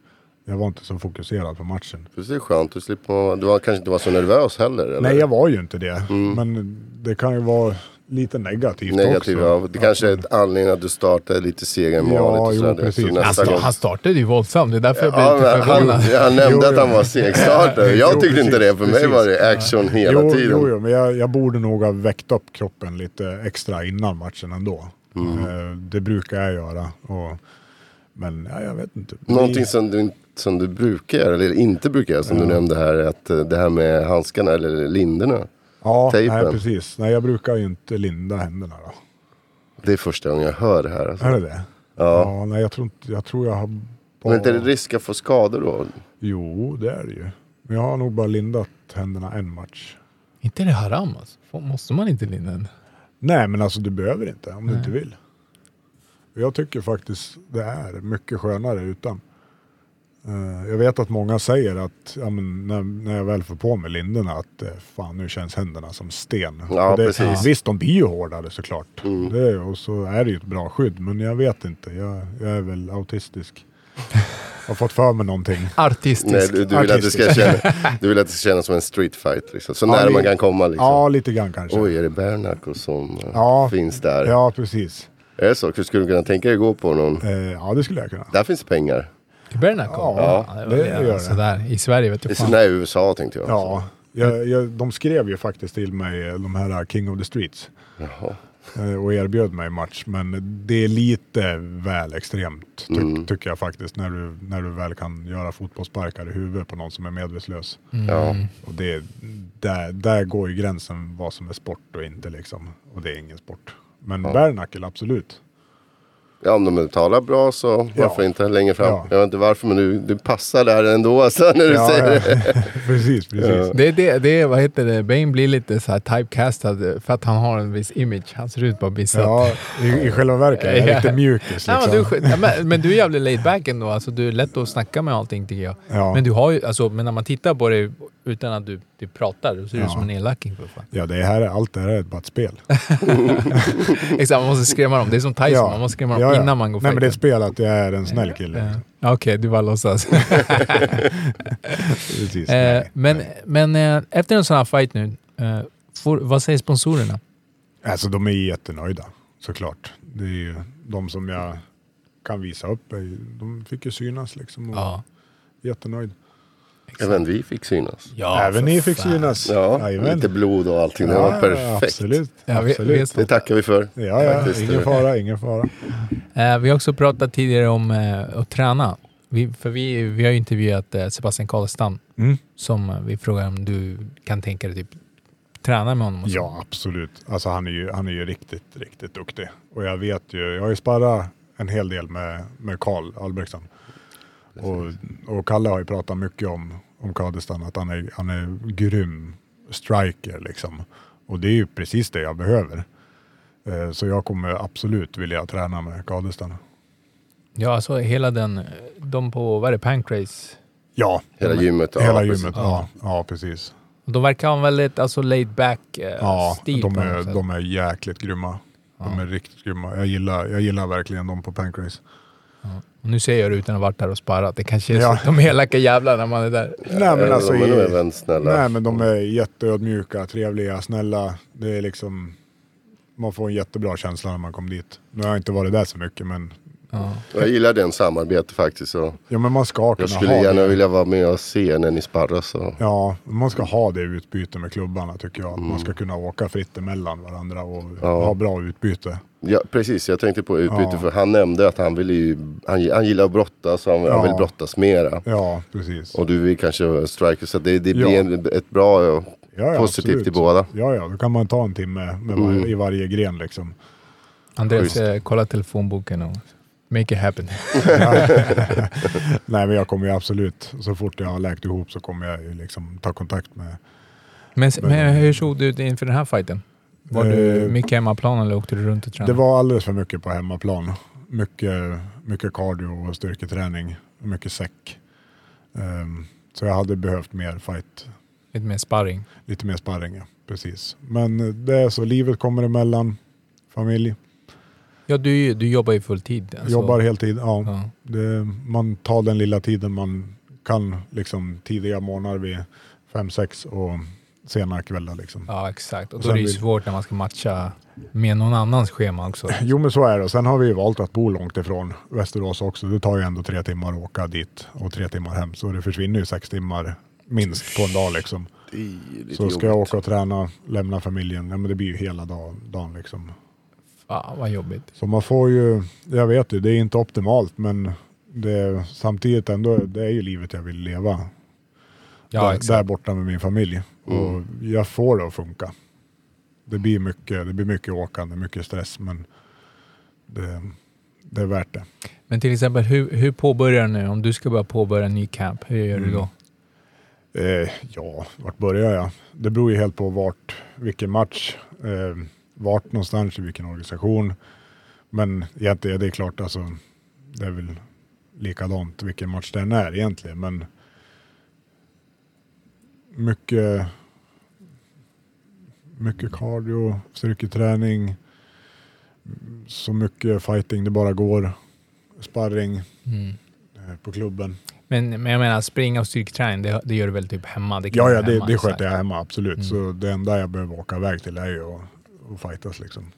Jag var inte så fokuserad på matchen.
Precis, det är skönt. Du, slipper, vara- du var, kanske inte var så nervös heller? Eller?
Nej, jag var ju inte det. Men det kan ju vara lite negativt
Negativ,
också.
ja. Det kanske är ett anledning att du startade lite segare än
Ja,
vanligt. och
jo,
sådär.
precis.
Så nästa
Han,
gång.
sta- Alltså, han startade ju våldsamt. Det är därför jag blev
Ja, men
lite
han,
förvånad.
han nämnde
Jo,
att han var segstartare. Jag
Jo,
tyckte inte
precis,
det. För mig
precis.
var det action hela
jo,
tiden.
Jo, jo, men jag, jag borde nog ha väckt upp kroppen lite extra innan matchen ändå.
Mm.
Eh, Det brukar jag göra. Och, men ja, jag vet inte.
Någonting som du, in- som du brukar göra, eller inte brukar göra, som du nämnde här. är Att eh, det här med handskarna eller linderna.
Ja,
tejpen.
nej, precis. Nej, jag brukar ju inte linda händerna då.
Det är första gången jag hör det här. Alltså.
Är det det? Ja. nej, jag, tror inte, jag tror jag har...
Men inte är det risk att få skador då?
Jo, det är det ju. Men jag har nog bara lindat händerna en match.
Inte är det haram alltså? Får- Måste man inte linda en?
Nej, men alltså du behöver inte om du inte vill. Jag tycker faktiskt det är mycket skönare utan. Eh, jag vet att många säger att ja, men när, när jag väl får på mig lindorna att eh, fan nu känns händerna som sten.
Ja,
Och det,
precis. Mm.
Visst, de blir ju hårdare såklart. Det, och så är det ju ett bra skydd, men jag vet inte. Jag, jag är
*laughs*
väl autistisk. Jag har fått för mig någonting.
Artistisk.
Nej, du, du, vill att det ska
Artistisk. *laughs*
känna, du vill att det ska kännas som en street fight liksom. Så
Ja,
nära
li-
man kan komma liksom.
Ja, lite grann kanske.
Oj, är det Bernacco som eh,
Ja.
finns där?
Ja, precis.
Är det så? Hur skulle du kunna tänka dig gå på någon?
Eh, ja, det skulle jag kunna.
Där finns pengar.
I Bernacle?
Ja, det gör det.
Sådär. I Sverige vet
Det
du
är så
fan.
nära USA tänkte jag.
Ja, jag, jag, de skrev ju faktiskt till mig, eh, de här King of the Streets. Eh, Och erbjöd mig match, men det är lite väl extremt ty- tycker jag faktiskt. När du, när du väl kan göra fotbollsparkar i huvudet på någon som är medvetslös.
Ja.
Och det, där, där går ju gränsen vad som är sport och inte liksom. Och det är ingen sport. Men Bernacle, absolut.
ja, om de betalar bra så varför
Ja.
inte längre fram?
Ja.
Jag vet inte varför, men du, du passar där ändå alltså när du
Ja,
säger det.
*laughs* precis, precis.
Det är det, det, är- vad heter det, Bane blir lite så här typecastad för att han har en viss image. Han ser ut på ett visst sätt.
Ja, i, i själva verket. Jag är
*laughs* Ja.
lite mjukis
Nej, men,
liksom.
du, är skit- ja, men, men du är jävligt laid back ändå. Alltså, du är lätt att snacka med och allting tycker jag.
Ja.
Men du har ju, alltså, men när man tittar på dig utan att du, du pratar, då ser du ut
Ja.
som en elaking för fan.
Ja, det här, är- allt det här är bara ett spel.
Exakt, man måste skrämma dem. Det är som Tyson, man måste skrämma dem
Ja, ja.
innan man går
Nej, men det är ett
fighten.
spel att jag är en snäll kille.
Ja. Okej, du bara låtsas.
Precis.
Eh,
Nej.
men men eh, efter en sån här fight nu, eh, får, vad säger sponsorerna?
Alltså de är jättenöjda, såklart. Det är ju de som jag kan visa upp. är ju- De fick ju synas liksom. Och
Ja.
Jättenöjd.
Även vi fick synas.
ja
Även ni fick synas.
Ja,
Jajamän.
lite blod och allting. Det
Ja,
var perfekt.
Absolut.
Ja, vi,
absolut.
vi, är så.
Det tackar vi för.
Ja, ja,
Faktiskt.
ingen fara, ingen fara.
Eh, vi har också pratat tidigare om eh, att träna. Vi, för vi, vi har ju intervjuat eh, Sebastian Karlstam
Mm.
som eh, vi frågar om du kan tänka dig typ träna med honom. och så.
Ja, absolut. Alltså han är ju, han är ju riktigt, riktigt duktig. Och jag vet ju, jag har ju sparrat en hel del med, med Karl Albrektsson. Och, och Kalle har ju pratat mycket om, om Kadestan, att han är, han är grym striker liksom. Och det är ju precis det jag behöver. Eh, Så jag kommer absolut vilja träna med Kadestan.
Ja, alltså hela den, eh, de på, vad är det, Pancrase?
Ja,
Hela gymmet. ja,
hela
precis.
gymmet. Ja, ja precis.
De verkar ha en väldigt alltså, laid back eh,
Ja,
stil
de
på något
är,
sätt.
de är jäkligt grymma. De är riktigt grymma. Jag gillar, jag gillar verkligen dem på Pancrase.
Och Nu säger jag det utan att ha varit där och sparat. Det kanske är
Ja.
så, de elaka jävlarna när man är där.
Nej men
Ja,
alltså,
de är
i-
nog även snälla.
Nej men de är jätteödmjuka, trevliga, snälla. Det är liksom, man får en jättebra känsla när man kommer dit. Nu har jag inte varit där så mycket men,
Jag gillar den samarbete faktiskt. Så
ja men man ska kunna
jag skulle
ha
gärna
det.
vilja vara med och se när ni sparrar. Så.
Ja, man ska ha det i utbyte med klubbarna tycker jag. Att man ska kunna åka fritt emellan varandra och
Mm. Ja.
ha bra utbyte.
Ja, precis, jag tänkte på utbyte.
Ja.
För han nämnde att han, vill ju, han, han gillar att brottas och han, han
Ja.
vill brottas mera.
Ja, precis.
Och du vill kanske striker. Så det, det blir
Ja.
en, ett bra och
ja, ja,
positivt
absolut.
till båda. Mm.
Ja, ja, då kan man ta en timme med var- i varje gren liksom.
Andreas,
Schysst.
eh, kolla telefonboken och make it happen.
Nej men jag kommer ju absolut, så fort jag har läkt ihop så kommer jag ju liksom ta kontakt med
Men, men hur såg du ut inför den här fighten? Var du
Eh,
mycket hemmaplan eller åkte du runt och
Det
tränade?
var alldeles för mycket på hemmaplan. Mycket, mycket cardio och styrketräning. Mycket säck. Ehm, så jag hade behövt mer fight.
Lite mer sparring.
Lite mer sparring, ja. Precis. Men eh, det är så, livet kommer emellan. Familj.
Ja, du, du jobbar ju fulltid. alltså.
Jobbar heltid. Ja.
Ja.
Det, man tar den lilla tiden man kan. Liksom, tidiga morgnar vid fem, sex och sena kvällar. Liksom.
Ja, exakt. Och
Och
då
sen
är det ju
vill-
svårt när man ska matcha med någon annans schema
*laughs*
också.
Jo men så är det. Sen har vi ju valt att bo långt ifrån Västerås också. Det tar ju ändå tre timmar att åka dit och tre timmar hem. Så det försvinner ju sex timmar minst på en dag liksom.
Det är lite
Så ska jag
jobbigt.
åka och träna, lämna familjen. Ja men det blir ju hela dag, dagen liksom.
Fan, vad jobbigt.
Så man får ju, jag vet ju, det är inte optimalt men det är, samtidigt ändå, det är ju livet jag vill leva.
Ja,
där,
exakt.
där borta med min familj. Och
Mm.
jag får det att funka. Det blir mycket, det blir mycket åkande, mycket stress men det, det är värt det.
Men till exempel, hur, hur påbörjar du nu? Om du ska börja påbörja en ny camp, hur gör du då?
Mm. Eh, ja, vart börjar jag? Det beror ju helt på vart, vilken match, eh, vart någonstans, i vilken organisation. Men egentligen, det är klart, alltså, det är väl likadant vilken match den är egentligen. Men mycket, mycket cardio, styrketräning, så mycket fighting det bara går, sparring eh, på klubben.
Men, men jag menar, springa och styrketräning, det, det gör du väl typ hemma? Det kan
Ja,
du
ja det,
göra hemma, Mm.
det
så här.
sköter jag hemma, absolut. Så det enda jag behöver åka iväg till är ju att, att fightas liksom.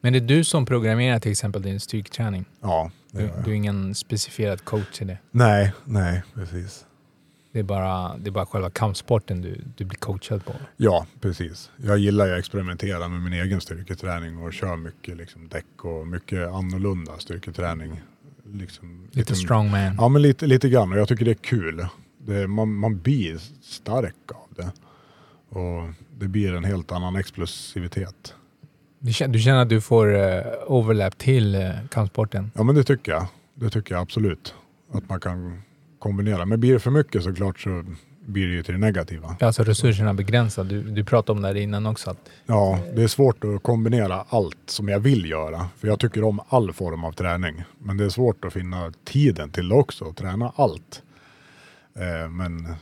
Men det är du som programmerar till exempel din styrketräning?
Ja, det
Du,
gör jag.
du är ingen specifierad coach i det?
Nej, nej, precis.
Det är bara, det är bara själva kampsporten du, du blir coachad på?
Ja, precis. Jag gillar ju att experimentera med min egen styrketräning och kör mycket liksom, däck och mycket annorlunda styrketräning. Liksom,
Lite strongman?
Ja, men lite, lite grann. Och jag tycker det är kul. Det, man, man blir stark av det. Och det blir en helt annan explosivitet.
Du, känner, du känner att du får eh, overlap till eh, kampsporten?
Ja, men det tycker jag. Det tycker jag absolut. Att man kan kombinera. Men blir det för mycket såklart så blir det ju till det negativa.
Alltså resurserna begränsade. Du, du pratade om det här innan också. Att,
Ja, det är svårt att kombinera allt som jag vill göra. För jag tycker om all form av träning. Men det är svårt att finna tiden till det också och träna allt. Eh, men,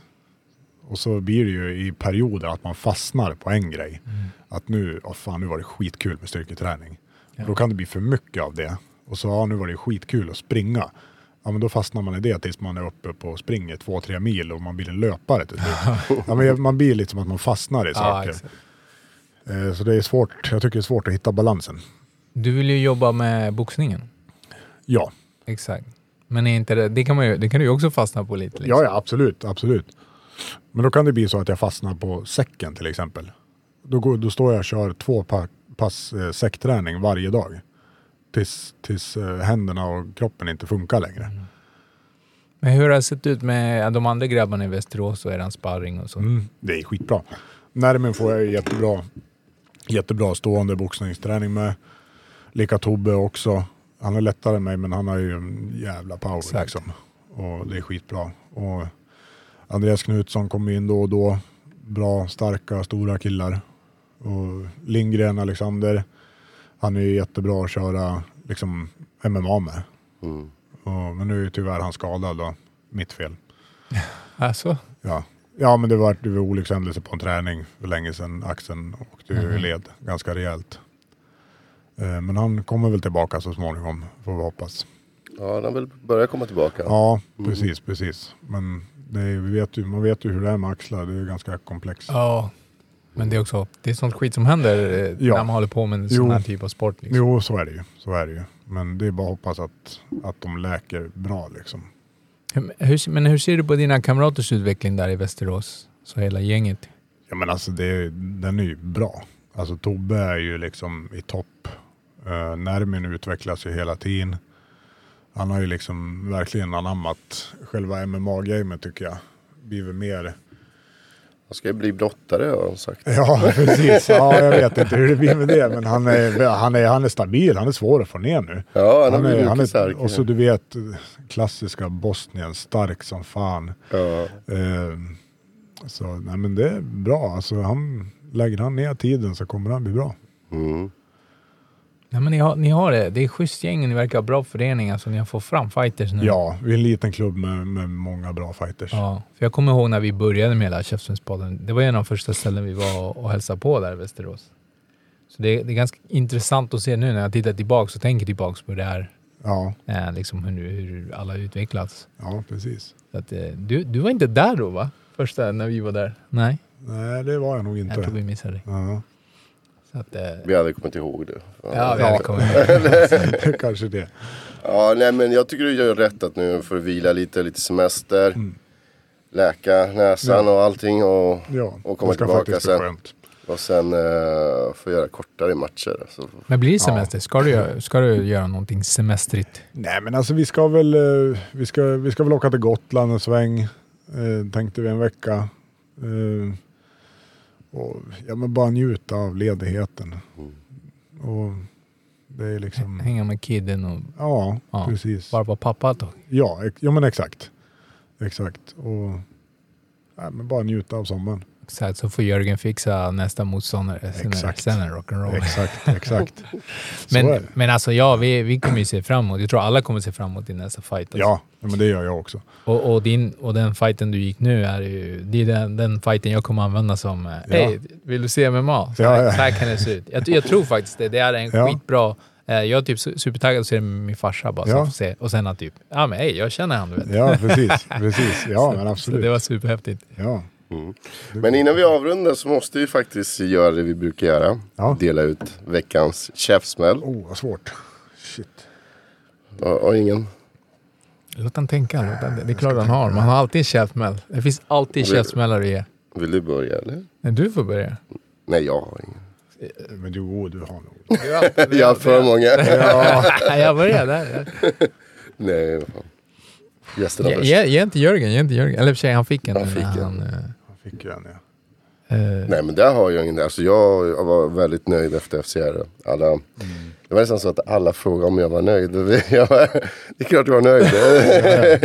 och så blir det ju i perioder att man fastnar på en grej. Att nu, åh fan, nu var det skitkul med styrketräning. Då kan det bli för mycket av det. Och så, ja, nu var det skitkul att springa. Ja, men då fastnar man i det tills man är uppe på och springer två, tre mil och man blir en löpare till slut. ja, men man blir lite som att man fastnar i saker.
exakt.
Eh, Så det är svårt. Jag tycker det är svårt att hitta balansen.
du vill ju jobba med boxningen.
Ja,
Exakt. Men är inte det, det, kan man ju, det kan du ju också fastna på lite. Liksom.
ja, ja absolut, absolut. Men då kan det bli så att jag fastnar på säcken till exempel. Då, går, då står jag och kör två pa, pass eh, säckträning varje dag. Tills, tills eh, händerna och kroppen inte funkar längre.
Men hur har det sett ut med de andra grabbarna i Västerås och eran sparring och så?
Mm, det är skitbra. Närmen får jag ju jättebra, jättebra stående boxningsträning med. Lika Tobbe också. Han är lättare än mig men han har ju en jävla power
Exakt.
liksom. Och det är skitbra. Och Andreas Knutsson kommer in då och då. Bra, starka, stora killar. Och Lindgren, Alexander. Han är ju jättebra att köra liksom, MMA med. Och, men nu är ju tyvärr han skadad då. Mitt fel.
Alltså,
Ja, ja men det var det var olyckshändelse på en träning för länge sedan. Axeln åkte ju i led ganska rejält. Eh, Men han kommer väl tillbaka så småningom, får vi hoppas.
Ja, den vill börja komma tillbaka.
Ja, precis, precis. Men det är, vi vet ju, man vet ju hur det är med axlar, det är ju ganska komplext.
ja. Men det är också det är sånt skit som händer eh,
Ja.
när man håller på med en sån här
Jo.
typ av sport. Liksom.
Jo, så är det ju. Så är det ju. Men det är bara att hoppas att, att de läker bra liksom.
Hur- Hur, men hur ser du på dina kamraters utveckling där i Västerås? Så hela gänget?
Ja men alltså det, den är ju bra. Alltså Tobbe är ju liksom i topp. Uh, Nermin utvecklas ju hela tiden. Han har ju liksom verkligen anammat själva MMA-gamet tycker jag. Blivit mer...
Han ska ju bli brottare har han sagt.
Ja *laughs* precis, ja, jag vet inte hur det blir med det. Men han är, han är, han är stabil, han är svår att få ner nu.
Ja, han har
är,
blivit
han
mycket
är,
starkare.
och så du vet, klassiska Bosnien, stark som fan.
Ja.
Eh, så nej, men det är bra. Alltså, han, lägger han ner tiden så kommer han bli bra.
Mm.
Nej, men ni, har, ni har det. Det är schysst gäng. Ni verkar ha bra förening. Alltså, ni har fått fram fighters nu.
Ja, vi är en liten klubb med, med många bra fighters. Ja.
Mm. Ja, för jag kommer ihåg när vi började med hela Käftsmällspodden. Det var en av de första ställen vi var och hälsade på där i Västerås. Så det, det är ganska intressant att se nu när jag tittar tillbaka och tänker tillbaka på det här.
Ja,
Eh, liksom hur, hur alla har utvecklats.
precis.
Så att, eh, du, du var inte där då va? Första när vi var där? Nej,
Nej, det var jag nog
jag tror
inte.
vi missade dig.
Ja, *laughs*
Så att, eh,
Vi hade kommit ihåg det.
ja, vi hade kommit ihåg.
kanske det.
Ja, nej men jag tycker du gör rätt att nu får vila lite, lite semester.
Mm.
Läka näsan och allting och,
Ja,
och komma
det ska
tillbaka
faktiskt bli
sen.
skönt.
Och sen eh, få göra kortare matcher. alltså. Så,
Men blir det semester? Ska du, göra- ska du göra någonting semestrigt?
Nej, men alltså vi ska väl, eh, vi ska, vi ska väl åka till Gotland en sväng. Eh, tänkte vi en vecka. Eh, och, ja, men bara njuta av ledigheten. Och Det är liksom...
Hänga med kidden och
Ja,
Ja.
precis.
bara vara pappa ett tag.
Ja, ex- ja, men exakt. Exakt. Och, nej, men bara njuta av sommaren.
Exakt, så får Jörgen fixa nästa motståndare. Sen är,
Exakt.
sen är det rock'n'roll.
Exakt,
*laughs*
exakt. Så är
Men,
det.
men alltså ja, vi, vi kommer ju se fram emot. Jag tror alla kommer se fram emot din nästa fight. Alltså.
Ja, ja, men det gör jag också.
Och, och, din, och den fighten du gick nu är ju det är den, den fighten jag kommer använda som eh, Hej, vill du se MMA? Så,
Ja,
här,
ja.
så här kan det se ut. Jag, jag tror faktiskt det. Det är en
*laughs* Ja.
skitbra... Eh, jag är typ su- supertaggad att se det med min farsa bara. Så
Ja.
jag får se. Och sen att typ, ja men hej, jag känner han du vet.
Ja, precis. precis. Ja, men
*laughs* Så det
absolut.
var superhäftigt.
Ja.
Men innan vi avrundar så måste vi faktiskt göra det vi brukar göra.
Ja.
Dela ut veckans käftsmäll.
Oh, vad svårt. Shit.
Och, och ingen.
Låt han tänka. Låt han, det är klart han har. Man har alltid en käftsmäll. Det finns alltid käftsmällar att ge.
Vill du börja eller?
Men Du får börja.
Nej, jag har ingen.
*laughs* Men jo, du har nog.
*laughs* Jag har för många.
Nej, *laughs* jag börjar där.
*laughs* Nej, vad fan. Gästerna
Ge,
först.
ge, ge inte Jörgen, ge inte Jörgen. Eller i och för sig, han fick en.
Han fick
när
en.
Han, eh,
Jag fick ju en, ja.
Nej men där har jag ingen. Alltså jag var väldigt nöjd efter FCR. Alla, Det var nästan så att alla frågade om jag var nöjd. *laughs* Jag var, det är klart jag var nöjd.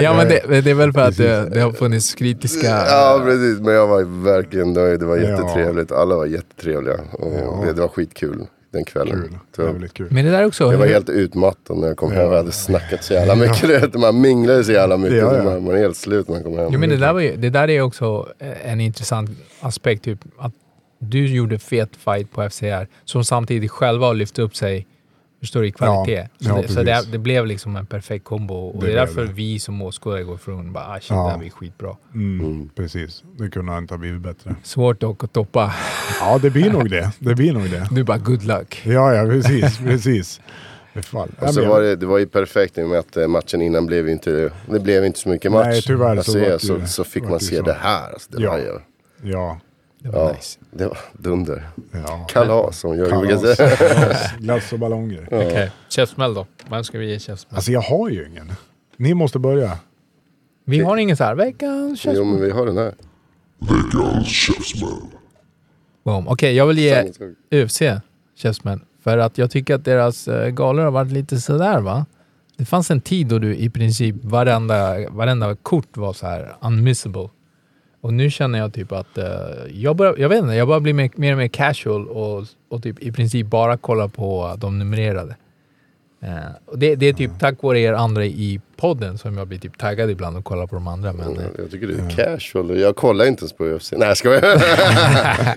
Ja, men det, det är väl för att det, det har funnits
*laughs*
kritiska...
ja precis, men jag var verkligen nöjd. Det var
Ja.
jättetrevligt. Alla var jättetrevliga. Och
Ja.
det, det var skitkul den kvällen.
Kul.
Så
Jävligt kul.
Men det där också.
Jag var
hur-
helt utmattad när jag kom hem. Jag hade snackat så jävla mycket. *laughs* du
*laughs*
vet, Man minglade så jävla mycket.
Ja, ja.
Man, man är helt slut när man kommer hem.
Jo, men det, där var ju, det där är också eh, en intressant aspekt. Typ, att du gjorde fet fight på FCR, som samtidigt själva har lyft upp sig förstår du, i kvalitet.
Ja,
så
ja,
det, så det,
precis.
det blev liksom en perfekt kombo. Och
Det
det, är
blev
därför
det.
vi som åskådare går från bara ah, shit,
Ja.
det här blir skitbra.
Mm, precis. Det kunde inte ha blivit bättre.
Svårt dock att toppa.
Ja, det blir nog det. Det blir nog det.
Du bara good luck.
Ja, ja,
*laughs*
precis. Precis. Fy Fan. Ja,
Och så
men-
var det, det var ju perfekt i och med att eh, matchen innan blev ju inte, det blev inte så mycket match.
Nej, tyvärr så
Alltså,
vart
så,
det
så,
ju-
fick
vart
man
det
se
så.
det här. Alltså, det,
Ja.
var ju,
Ja.
Det var
ja,
nice.
det var dunder.
ja.
Kalas som jag brukar
Kalas,
säga. *laughs*
kalas, glass och ballonger.
Okej, käftsmäll då. Vem ska vi ge käftsmäll?
Alltså jag har ju ingen. Ni måste börja.
Vi har ingen så här veckans
Jo
käftsmäll.
men vi har den här.
Boom. Okej, jag vill ge
Samma sak.
UFC käftsmäll. För att jag tycker att deras eh, galor har varit lite sådär va? Det fanns en tid då du i princip varenda, varenda kort var så här unmissable. Och nu känner jag typ att eh, jag, börjar, jag vet inte, jag börjar bli mer, mer och mer casual och, och typ i princip bara kolla på de numrerade. Eh, och det, det är typ tack vare er andra i podden som jag blir typ taggad ibland och kollar på de andra. Men, eh,
Jag tycker det är casual. Jag kollar inte ens på UFC. *laughs* Nej ska jag Nej,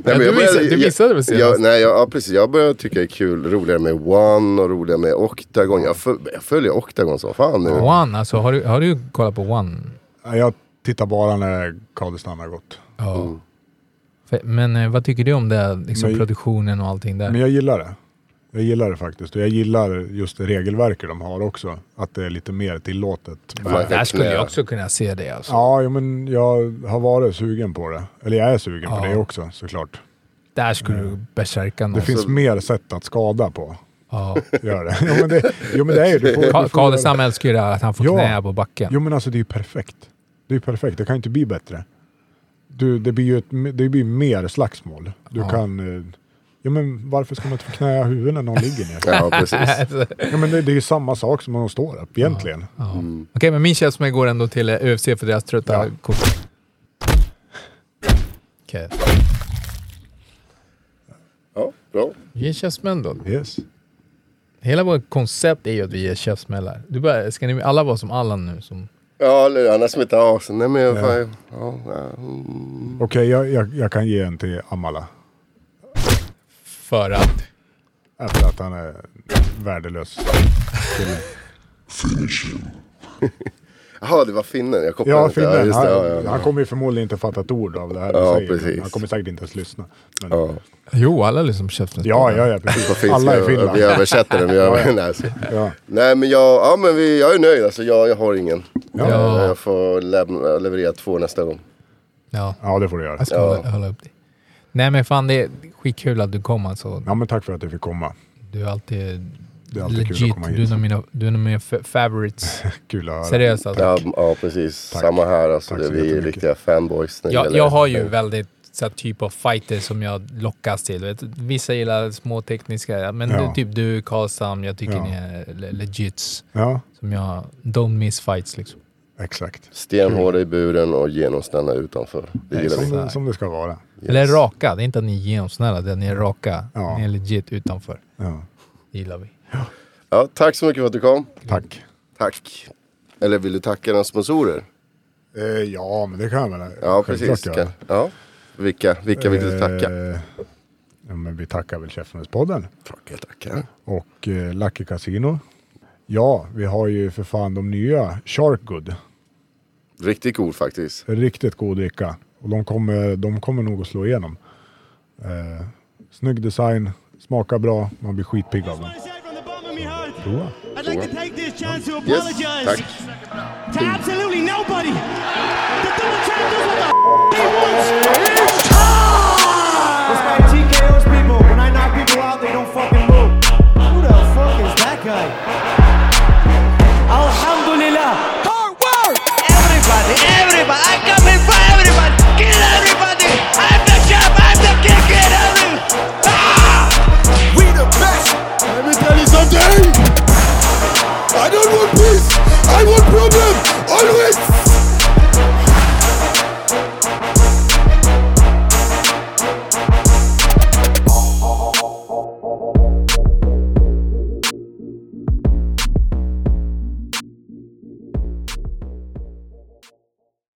men
du
jag började-
missade- du
jag-
missade väl senast?
jag- Nej jag, ja, precis. Jag börjar tycka det är kul. Roligare med One och roligare med Octagon. Jag, föl, jag följer Octagon som fan nu.
One, alltså har du, har du kollat på One?
Nej, Jag tittar bara när Kadestan har gått.
Ja. För, men eh, vad tycker du om det, liksom
Mm. Men-
produktionen och allting där?
Men jag gillar det. Jag gillar det faktiskt. Och jag gillar just det regelverket de har också. Att det är lite mer tillåtet.
Man kan
där skulle
knä-
jag också kunna se det alltså.
Ja, jo, men jag har varit sugen på det. Eller jag är sugen på
Ja. Alltså-
det också såklart.
Där skulle du besärka någon.
Mm. Det finns mer sätt att skada på. *laughs*
Ja.
Gör det. Jo, men det, jo, men det är ju... du får- du
Ka-
får-
Karlsson älskar ju det här att han får
Ja.
knä på backen. *laughs*
Jo men alltså det är ju perfekt. Det är ju perfekt, det kan ju inte bli bättre. Du, det blir ju ett, det blir mer slagsmål. Du
Ja.
kan... eh, Ja men varför ska man inte få knä i huvudet när någon ligger
*laughs*
ner?
Ja precis.
Ja men det, det är ju samma sak som när de står upp egentligen.
Ja. Okej, men min käftsmäll går ändå till eh, UFC för deras trötta
Mm. Ja.
kort. Okej.
Ja, bra.
Ge en käftsmäll då.
Yes.
Hela vårt koncept är ju att vi ger käftsmällar. Du bara, ska ni alla vara som Allan nu? Som,
Ja, lurarna som inte har asen. Nej, men jag, fan, ja, ja, mm.
Okej, jag, jag, jag kan ge en till Amala.
för att...
Efter att han är
*laughs*
värdelös.
Jaha, det var finnen. Jag kopplade
Ja,
inte.
finnen.
just
Han,
det, ja, ja, ja.
han kommer ju förmodligen inte fatta ett ord av det här
Ja,
du säger.
precis.
Han kommer säkert inte ens lyssna. Men, ja.
Ja,
Jo, alla liksom käftsmäll.
ja, ja,
på
precis.
finska.
Alla i
Vi
Finland.
översätter den. Vi över... *laughs* Nej, alltså.
Ja.
Nej, men jag, ja, men vi, jag är nöjd. Alltså, jag, jag har ingen.
Ja.
Eh, Jag får lämna, leverera två nästa gång.
ja.
ja, det får du göra.
Jag ska hålla, hålla upp dig. Nej men fan det är skitkul att du kom alltså.
Ja, men tack för att du fick komma.
Du är alltid,
Det är alltid kul att
legit.
komma hit.
Du är en av mina, du är en av mina
*laughs*
fa- favorites.
Kul att höra.
Seriöst alltså.
Ja, ja, precis. Samma här. Alltså,
Tack
det,
så
vi är
jättemycket.
riktiga fanboys. när det
Jag,
gäller-
jag har ju väldigt så här typ av fighter som jag lockas till. Vet, du, vissa gillar små tekniska, men
Ja.
du, typ du Karlsson, jag tycker
Ja.
ni är le- legits.
Ja,
Som jag, don't miss fights liksom.
exakt.
Stenhård i buren och genomsnälla utanför. Det gillar vi.
Som, som det ska vara.
Eller raka, det är inte att ni är genomsnälla, det är att ni är raka.
Ja.
Ni är legit utanför.
Ja.
Det gillar vi.
Ja, tack så mycket för att du kom.
Tack.
Tack. Eller vill du tacka dina sponsorer?
Eh, ja, men det kan jag väl.
Ja,
självklart
precis.
göra.
Kan- Ja. Vilka, vilka vill du tacka?
Eh, ja, men vi tackar väl Käftsmällspodden
Tacka, tacka.
och eh, Lucky Casino. Ja, vi har ju för fan de nya Sharkgood.
Riktigt cool faktiskt.
Riktigt god dricka. Och de kommer, de kommer nog att slå igenom. Eh, snygg design, smakar bra, man blir skitpigg av dem.
I said from the bottom of my heart.
Prova.
I'd like to take this chance to
Yes,
apologize
tack.
to absolutely nobody. The double champ does what the f- he wants. It's